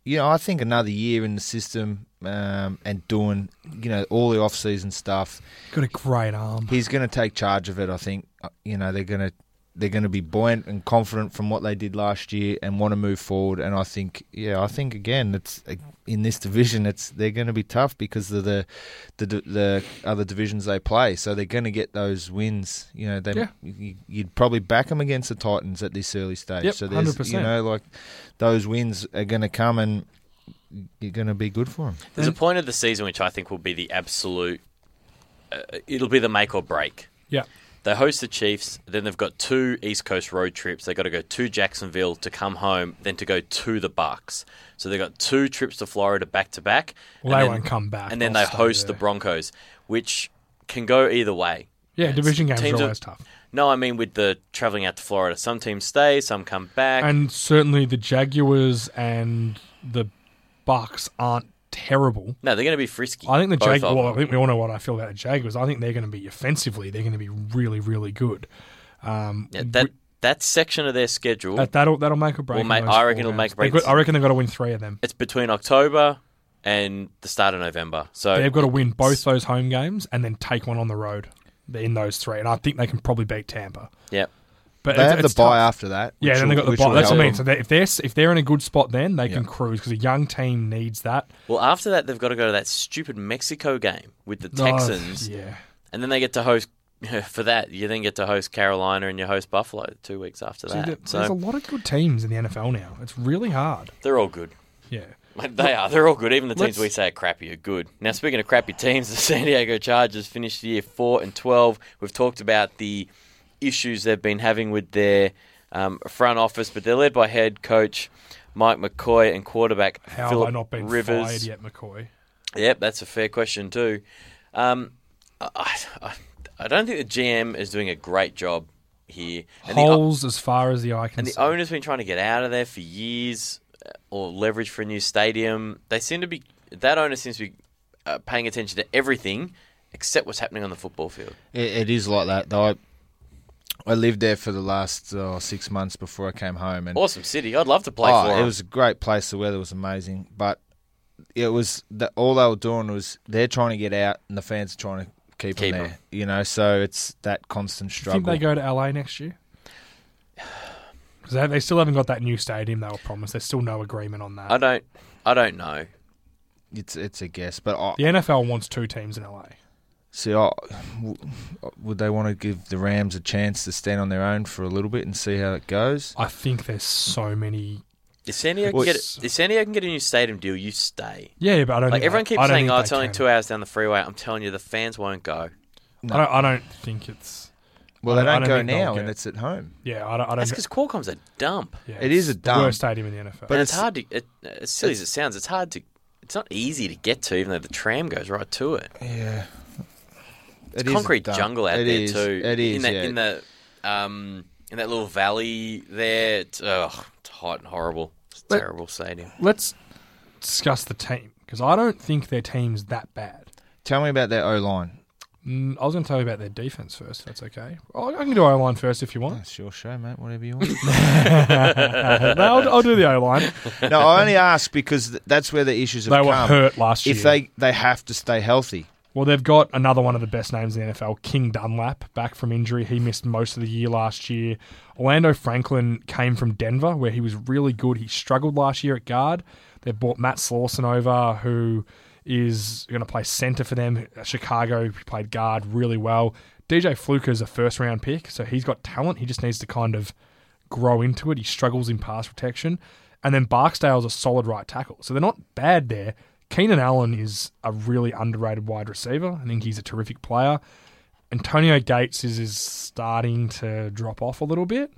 Speaker 3: you know, I think another year in the system um, and doing you know all the off season stuff.
Speaker 4: Got a great arm.
Speaker 3: He's going to take charge of it. I think Uh, you know they're going to they're going to be buoyant and confident from what they did last year and want to move forward. And I think yeah, I think again it's uh, in this division it's they're going to be tough because of the the d- the other divisions they play. So they're going to get those wins. You know they
Speaker 4: Yeah.
Speaker 3: you- you'd probably back them against the Titans at this early stage.
Speaker 4: Yep,
Speaker 3: so there's you
Speaker 4: 100%.
Speaker 3: know like those wins are going to come and you're going to be good for them.
Speaker 2: There's a
Speaker 4: And-
Speaker 2: point of the season which I think will be the absolute. Uh, it'll be the make or break.
Speaker 4: Yeah.
Speaker 2: They host the Chiefs, then they've got two East Coast road trips. They've got to go to Jacksonville to come home, then to go to the Bucks. So they've got two trips to Florida back to back.
Speaker 4: Well,
Speaker 2: and
Speaker 4: they
Speaker 2: then-
Speaker 4: won't come back.
Speaker 2: And then
Speaker 4: They'll
Speaker 2: they
Speaker 4: stay
Speaker 2: host
Speaker 4: there.
Speaker 2: the Broncos, which can go either way.
Speaker 4: Yeah, division games
Speaker 2: Teams
Speaker 4: are
Speaker 2: are-
Speaker 4: always tough.
Speaker 2: No, I mean with the traveling out to Florida. Some teams stay, some come back.
Speaker 4: And certainly the Jaguars and the Bucks aren't terrible.
Speaker 2: no, they're going to be frisky.
Speaker 4: I think the
Speaker 2: both
Speaker 4: Jag.
Speaker 2: of
Speaker 4: Well, I
Speaker 2: them.
Speaker 4: think we all know what I feel about the Jaguars. I think they're going to be offensively. They're going to be really, really good. Um,
Speaker 2: Yeah, that that section of their schedule.
Speaker 4: that that'll that'll make a break.
Speaker 2: Well,
Speaker 4: in
Speaker 2: mate,
Speaker 4: those
Speaker 2: I
Speaker 4: four
Speaker 2: reckon it'll
Speaker 4: rounds.
Speaker 2: make a break.
Speaker 4: They've got- I reckon they've got to win three of them.
Speaker 2: it's between October and the start of November. So
Speaker 4: They've got to win both those home games and then take one on the road in those three. And I think they can probably beat Tampa.
Speaker 2: Yep.
Speaker 4: But
Speaker 3: They
Speaker 4: it's-
Speaker 3: have the
Speaker 4: it's
Speaker 3: buy
Speaker 4: tough.
Speaker 3: after that.
Speaker 4: Yeah,
Speaker 3: which
Speaker 4: then they
Speaker 3: will-
Speaker 4: got the
Speaker 3: which will
Speaker 4: bye. That's what
Speaker 3: help
Speaker 4: I
Speaker 3: them.
Speaker 4: mean. So they, if they're if they're in a good spot, then they can
Speaker 3: Yeah.
Speaker 4: cruise because a young team needs that.
Speaker 2: Well, after that, they've got to go to that stupid Mexico game with the
Speaker 4: Oh,
Speaker 2: Texans,
Speaker 4: yeah.
Speaker 2: and then they get to host. <laughs> For that, you then get to host Carolina and you host Buffalo two weeks after
Speaker 4: See,
Speaker 2: that.
Speaker 4: there-
Speaker 2: so
Speaker 4: there's a lot of good teams in the NFL now. It's really hard.
Speaker 2: they're all good.
Speaker 4: Yeah.
Speaker 2: Like, They are. They're all good. Even the teams
Speaker 4: Let's-
Speaker 2: we say are crappy are good. Now, speaking of crappy teams, the <laughs> San Diego Chargers finished the year four and twelve. We've talked about the issues they've been having with their um, front office, but they're led by head coach Mike McCoy and quarterback
Speaker 4: How
Speaker 2: Philip
Speaker 4: have I not been
Speaker 2: Rivers.
Speaker 4: fired yet, McCoy?
Speaker 2: Yep, that's a fair question too. Um, I, I, I don't think the GM is doing a great job here. And the, o-
Speaker 4: Holes as far as the eye can
Speaker 2: and the
Speaker 4: see.
Speaker 2: owner's been trying to get out of there for years, uh, or leverage for a new stadium. They seem to be that owner seems to be uh, paying attention to everything except what's happening on the football field.
Speaker 3: It, it is like that. Though I, I lived there for the last uh, six months before I came home, and
Speaker 2: Awesome city. I'd love to play
Speaker 3: oh,
Speaker 2: for
Speaker 3: it
Speaker 2: 'em.
Speaker 3: was a great place. The weather was amazing, but it was the, all they were doing was they're trying to get out, and the fans are trying to keep,
Speaker 2: Keep
Speaker 3: them
Speaker 2: 'em.
Speaker 3: there. You know, so it's that constant
Speaker 4: Do you think
Speaker 3: struggle.
Speaker 4: they go to LA next year? <sighs> Because they, they still haven't got that new stadium they were promised. There's still no agreement on that.
Speaker 2: I don't. I don't know.
Speaker 3: it's it's a guess, but I,
Speaker 4: the NFL wants two teams in LA.
Speaker 3: see, I, would they want to give the Rams a chance to stand on their own for a little bit and see how it goes?
Speaker 4: I think there's so many.
Speaker 2: If San Diego
Speaker 3: Well,
Speaker 2: can get a, if San Diego can get a new stadium deal, you stay.
Speaker 4: Yeah, yeah, but I don't.
Speaker 2: Like
Speaker 4: think
Speaker 2: everyone
Speaker 4: they-
Speaker 2: keeps
Speaker 4: I don't
Speaker 2: saying,
Speaker 4: think
Speaker 2: "Oh,
Speaker 4: they
Speaker 2: it's only
Speaker 4: can.
Speaker 2: two hours down the freeway." I'm telling you, the fans won't go.
Speaker 4: I don't, I don't think it's.
Speaker 3: Well, they
Speaker 4: I
Speaker 3: don't,
Speaker 4: don't
Speaker 3: go
Speaker 4: think they'll
Speaker 3: now,
Speaker 4: get-
Speaker 3: and it's at home.
Speaker 4: Yeah, I don't. I don't
Speaker 2: That's because Qualcomm's a dump.
Speaker 4: yeah,
Speaker 3: It is
Speaker 4: it's
Speaker 3: a
Speaker 4: the worst
Speaker 3: dump.
Speaker 4: stadium in the NFL.
Speaker 3: But
Speaker 2: But it's,
Speaker 3: it's-
Speaker 2: hard to. It, as silly as it sounds, it's hard to. It's not easy to get to, even though the tram goes right to it.
Speaker 3: Yeah. It
Speaker 2: It's
Speaker 3: is a
Speaker 2: concrete
Speaker 3: dump.
Speaker 2: jungle out
Speaker 3: It
Speaker 2: there
Speaker 3: is.
Speaker 2: too.
Speaker 3: It is
Speaker 2: in that
Speaker 3: yeah.
Speaker 2: in the um in that little valley there. It's, oh, it's hot and horrible. It's a
Speaker 4: But-
Speaker 2: terrible stadium.
Speaker 4: Let's discuss the team because I don't think their team's that bad.
Speaker 3: Tell me about their O line.
Speaker 4: Mm, I was going to tell you about their defense first. If that's okay. Oh, I, I can do O line first if you want.
Speaker 3: That's your show, mate. Whatever you want.
Speaker 4: no, I'll, I'll do the O line.
Speaker 3: <laughs> no, I only ask because th- that's where the issues have
Speaker 4: They were
Speaker 3: come.
Speaker 4: hurt last year.
Speaker 3: If they they have to stay healthy,
Speaker 4: Well, they've got another one of the best names in the NFL, King Dunlap, back from injury. He missed most of the year last year. Orlando Franklin came from Denver, where he was really good. He struggled last year at guard. They brought Matt Slauson over, who is going to play center for them. At Chicago, he played guard really well. DJ Fluker is a first round pick, so he's got talent. He just needs to kind of grow into it. He struggles in pass protection. And then Barksdale's a solid right tackle. So they're not bad there. Keenan Allen is a really underrated wide receiver. I think he's a terrific player. Antonio Gates is, is starting to drop off a little bit.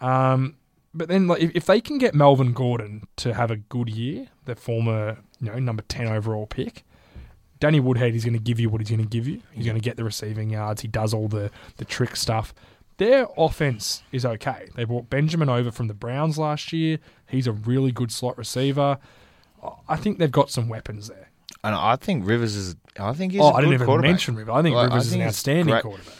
Speaker 4: Um, but then like, if, if they can get Melvin Gordon to have a good year, their former you know number 10 overall pick, Danny Woodhead is going to give you what he's going to give you. He's going to get the receiving yards. He does all the, the trick stuff. Their offense is okay. They brought Benjamin over from the Browns last year. He's a really good slot receiver. I think they've got some weapons there.
Speaker 3: and I think Rivers is. I think he's.
Speaker 4: oh,
Speaker 3: a
Speaker 4: I didn't
Speaker 3: good
Speaker 4: even
Speaker 3: quarterback.
Speaker 4: mention Rivers. I think
Speaker 3: Well,
Speaker 4: Rivers is an
Speaker 3: he's
Speaker 4: outstanding
Speaker 3: great.
Speaker 4: quarterback.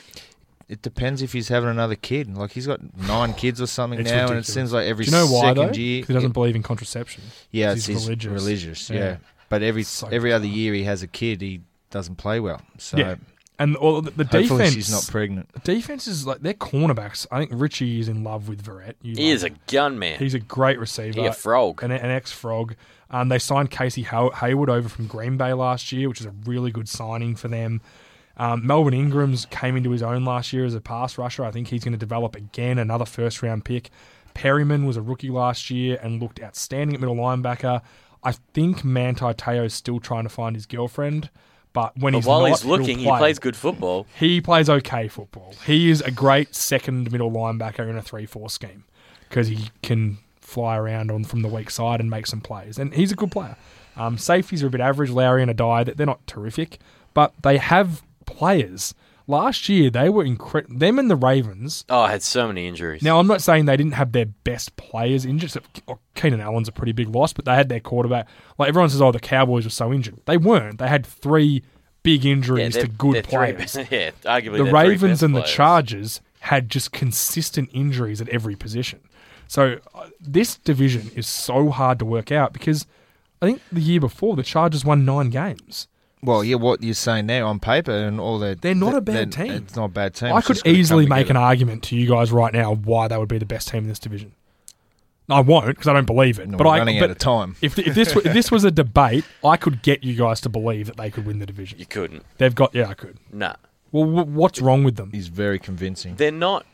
Speaker 3: It depends if he's having another kid. Like he's got nine kids or something
Speaker 4: It's
Speaker 3: now, and it
Speaker 4: ridiculous.
Speaker 3: seems like every
Speaker 4: Do you know why though?
Speaker 3: second
Speaker 4: 'Cause
Speaker 3: year.
Speaker 4: he doesn't believe in contraception.
Speaker 3: yeah,
Speaker 4: 'cause
Speaker 3: it's
Speaker 4: he's
Speaker 3: his
Speaker 4: religious.
Speaker 3: religious,
Speaker 4: Yeah.
Speaker 3: yeah. But every
Speaker 4: So
Speaker 3: every other year he has a kid, he doesn't play well. So
Speaker 4: yeah, and all the, the
Speaker 3: hopefully
Speaker 4: defense.
Speaker 3: she's not pregnant.
Speaker 4: defense is like their cornerbacks. I think Richie is in love with Verrett. You
Speaker 2: He
Speaker 4: love
Speaker 2: is a gunman.
Speaker 4: He's a great receiver.
Speaker 2: He a frog.
Speaker 4: An, an ex frog. Um, they signed Casey Hay- Hayward over from Green Bay last year, which is a really good signing for them. Um, Melvin Ingram's came into his own last year as a pass rusher. I think he's going to develop again, another first round pick. Perryman was a rookie last year and looked outstanding at middle linebacker. I think Manti Teo's still trying to find his girlfriend, but when
Speaker 2: but
Speaker 4: he's
Speaker 2: while
Speaker 4: not,
Speaker 2: he's
Speaker 4: he'll
Speaker 2: looking, he
Speaker 4: play.
Speaker 2: plays good football.
Speaker 4: He plays okay football. He is a great second middle linebacker in a 3 4 scheme because he can fly around on from the weak side and make some plays. And he's a good player. Um, safeties are a bit average. Lowry and Adai, that- they're not terrific, but they have players. Last year, they were incredible. Them and the Ravens.
Speaker 2: Oh, I had so many injuries.
Speaker 4: Now, I'm not saying they didn't have their best players injured. So oh, Keenan Allen's a pretty big loss, but they had their quarterback. Like everyone says, oh, the Cowboys were so injured. They weren't. They had three big injuries
Speaker 2: they're-
Speaker 4: to good
Speaker 2: they're three <laughs>
Speaker 4: players
Speaker 2: best- yeah, arguably
Speaker 4: the
Speaker 2: they're three
Speaker 4: Ravens
Speaker 2: best
Speaker 4: and the
Speaker 2: players.
Speaker 4: Chargers had just consistent injuries at every position. So uh, this division is so hard to work out because I think the year before the Chargers won nine games.
Speaker 3: Well, yeah, what you're saying now on paper and all that.
Speaker 4: They're not a
Speaker 3: they're-
Speaker 4: bad team.
Speaker 3: It's not a bad team.
Speaker 4: I
Speaker 3: It's
Speaker 4: could
Speaker 3: just gotta come
Speaker 4: easily make an
Speaker 3: together.
Speaker 4: argument to you guys right now why they would be the best team in this division. I won't because I don't believe it.
Speaker 3: No,
Speaker 4: but
Speaker 3: we're
Speaker 4: I
Speaker 3: running
Speaker 4: but
Speaker 3: out of time.
Speaker 4: If, if this if this was a debate, I could get you guys to believe that they could win the
Speaker 2: You
Speaker 3: <laughs>
Speaker 4: division.
Speaker 2: couldn't.
Speaker 4: They've got yeah, I could.
Speaker 2: Nah.
Speaker 4: Well, wh- what's wrong with them?
Speaker 3: He's very convincing.
Speaker 2: They're not.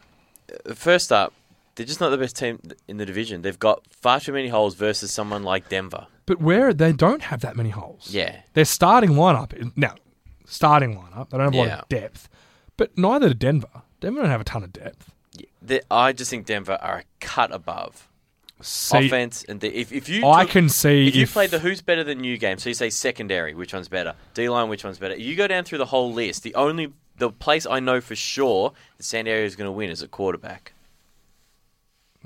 Speaker 2: uh, First up, they're just not the best team th- in the division. They've got far too many holes versus someone like Denver.
Speaker 4: But where they don't have that many holes.
Speaker 2: Yeah.
Speaker 4: Their starting lineup is now starting lineup. They don't have a lot
Speaker 2: Yeah.
Speaker 4: of depth, but neither do Denver. Denver don't have a ton of depth.
Speaker 2: The, I just think Denver are a cut above
Speaker 4: See,
Speaker 2: offense and the, if if you
Speaker 4: I
Speaker 2: took-
Speaker 4: can see
Speaker 2: if you played the who's better than you game, so you say secondary, which one's better? D line, which one's better? You go down through the whole list. The only the place I know for sure that San Diego is going to win is at quarterback.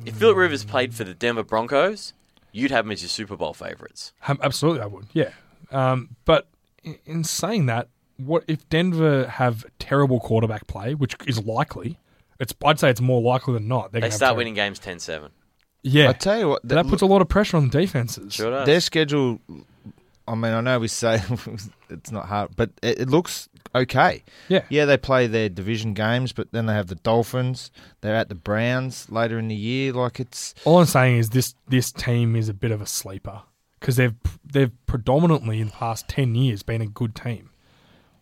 Speaker 2: If Philip Rivers played for the Denver Broncos, you'd have him as your Super Bowl favorites.
Speaker 4: Um, absolutely, I would. Yeah. Um, but in, in saying that, what if Denver have terrible quarterback play, which is likely? It's I'd say it's more likely than not.
Speaker 2: They
Speaker 4: They're gonna have
Speaker 2: start
Speaker 4: terrible-
Speaker 2: winning games 10-7.
Speaker 4: Yeah,
Speaker 3: I tell you what,
Speaker 4: that puts a lot of pressure on the defenses.
Speaker 2: Sure does.
Speaker 3: Their schedule, I mean, I know we say <laughs> it's not hard, but it, it looks okay.
Speaker 4: Yeah.
Speaker 3: Yeah, they play their division games, but then they have the Dolphins. They're at the Browns later in the year. Like it's
Speaker 4: All I'm saying is this: this team is a bit of a sleeper because they've they've predominantly in the past ten years been a good team.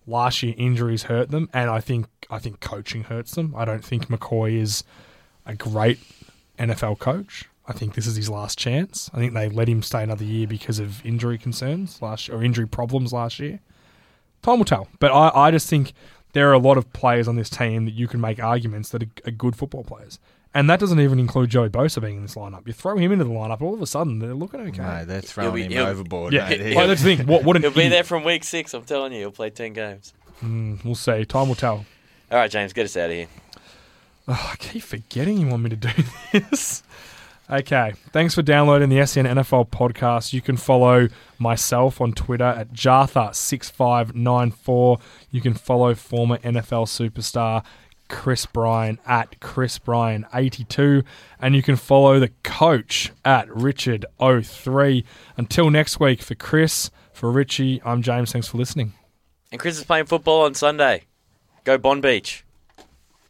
Speaker 4: Last year injuries hurt them, and I think I think coaching hurts them. I don't think McCoy is a great NFL coach. I think this is his last chance. I think they let him stay another year because of injury concerns last or injury problems last year. Time will tell, but I, I just think there are a lot of players on this team that you can make arguments that are, are good football players, and that doesn't even include Joey Bosa being in this lineup. You throw him into the lineup, all of a sudden they're looking okay.
Speaker 3: no, they're throwing
Speaker 2: be-
Speaker 3: him
Speaker 2: he'll-
Speaker 3: overboard.
Speaker 2: <laughs>
Speaker 4: yeah,
Speaker 3: mate.
Speaker 4: like, that's the thing. What, what an
Speaker 2: He'll be
Speaker 4: idiot.
Speaker 2: there from week six. I'm telling you, he'll play ten games.
Speaker 4: We'll see. Time will tell.
Speaker 2: All right, James, get us out of here.
Speaker 4: I keep forgetting you want me to do <laughs> this. Okay. Thanks for downloading the SN NFL podcast. You can follow myself on Twitter at Jartha6594. You can follow former NFL superstar Chris Bryan at Chris Bryan82. And you can follow the coach at Richard03. Until next week, for Chris, for Richie, I'm James. Thanks for listening.
Speaker 2: And Chris is playing football on Sunday. Go Bond Beach.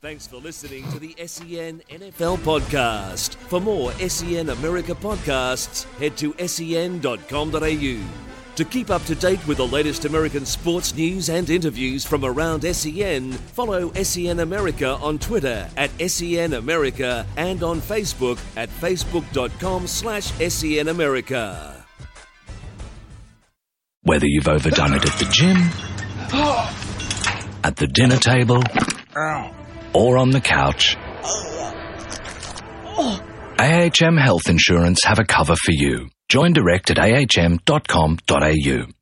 Speaker 1: Thanks for listening to the E SEN NFL podcast. For more SEN America podcasts, head to E sen.com.au. To keep up to date with the latest American sports news and interviews from around SEN, follow SEN America on Twitter at SEN America and on Facebook at facebook.com slash SEN America.
Speaker 5: Whether you've overdone it at the gym, at the dinner table, or on the couch, AHM Health Insurance have a cover for you. Join direct at ahm.com.au.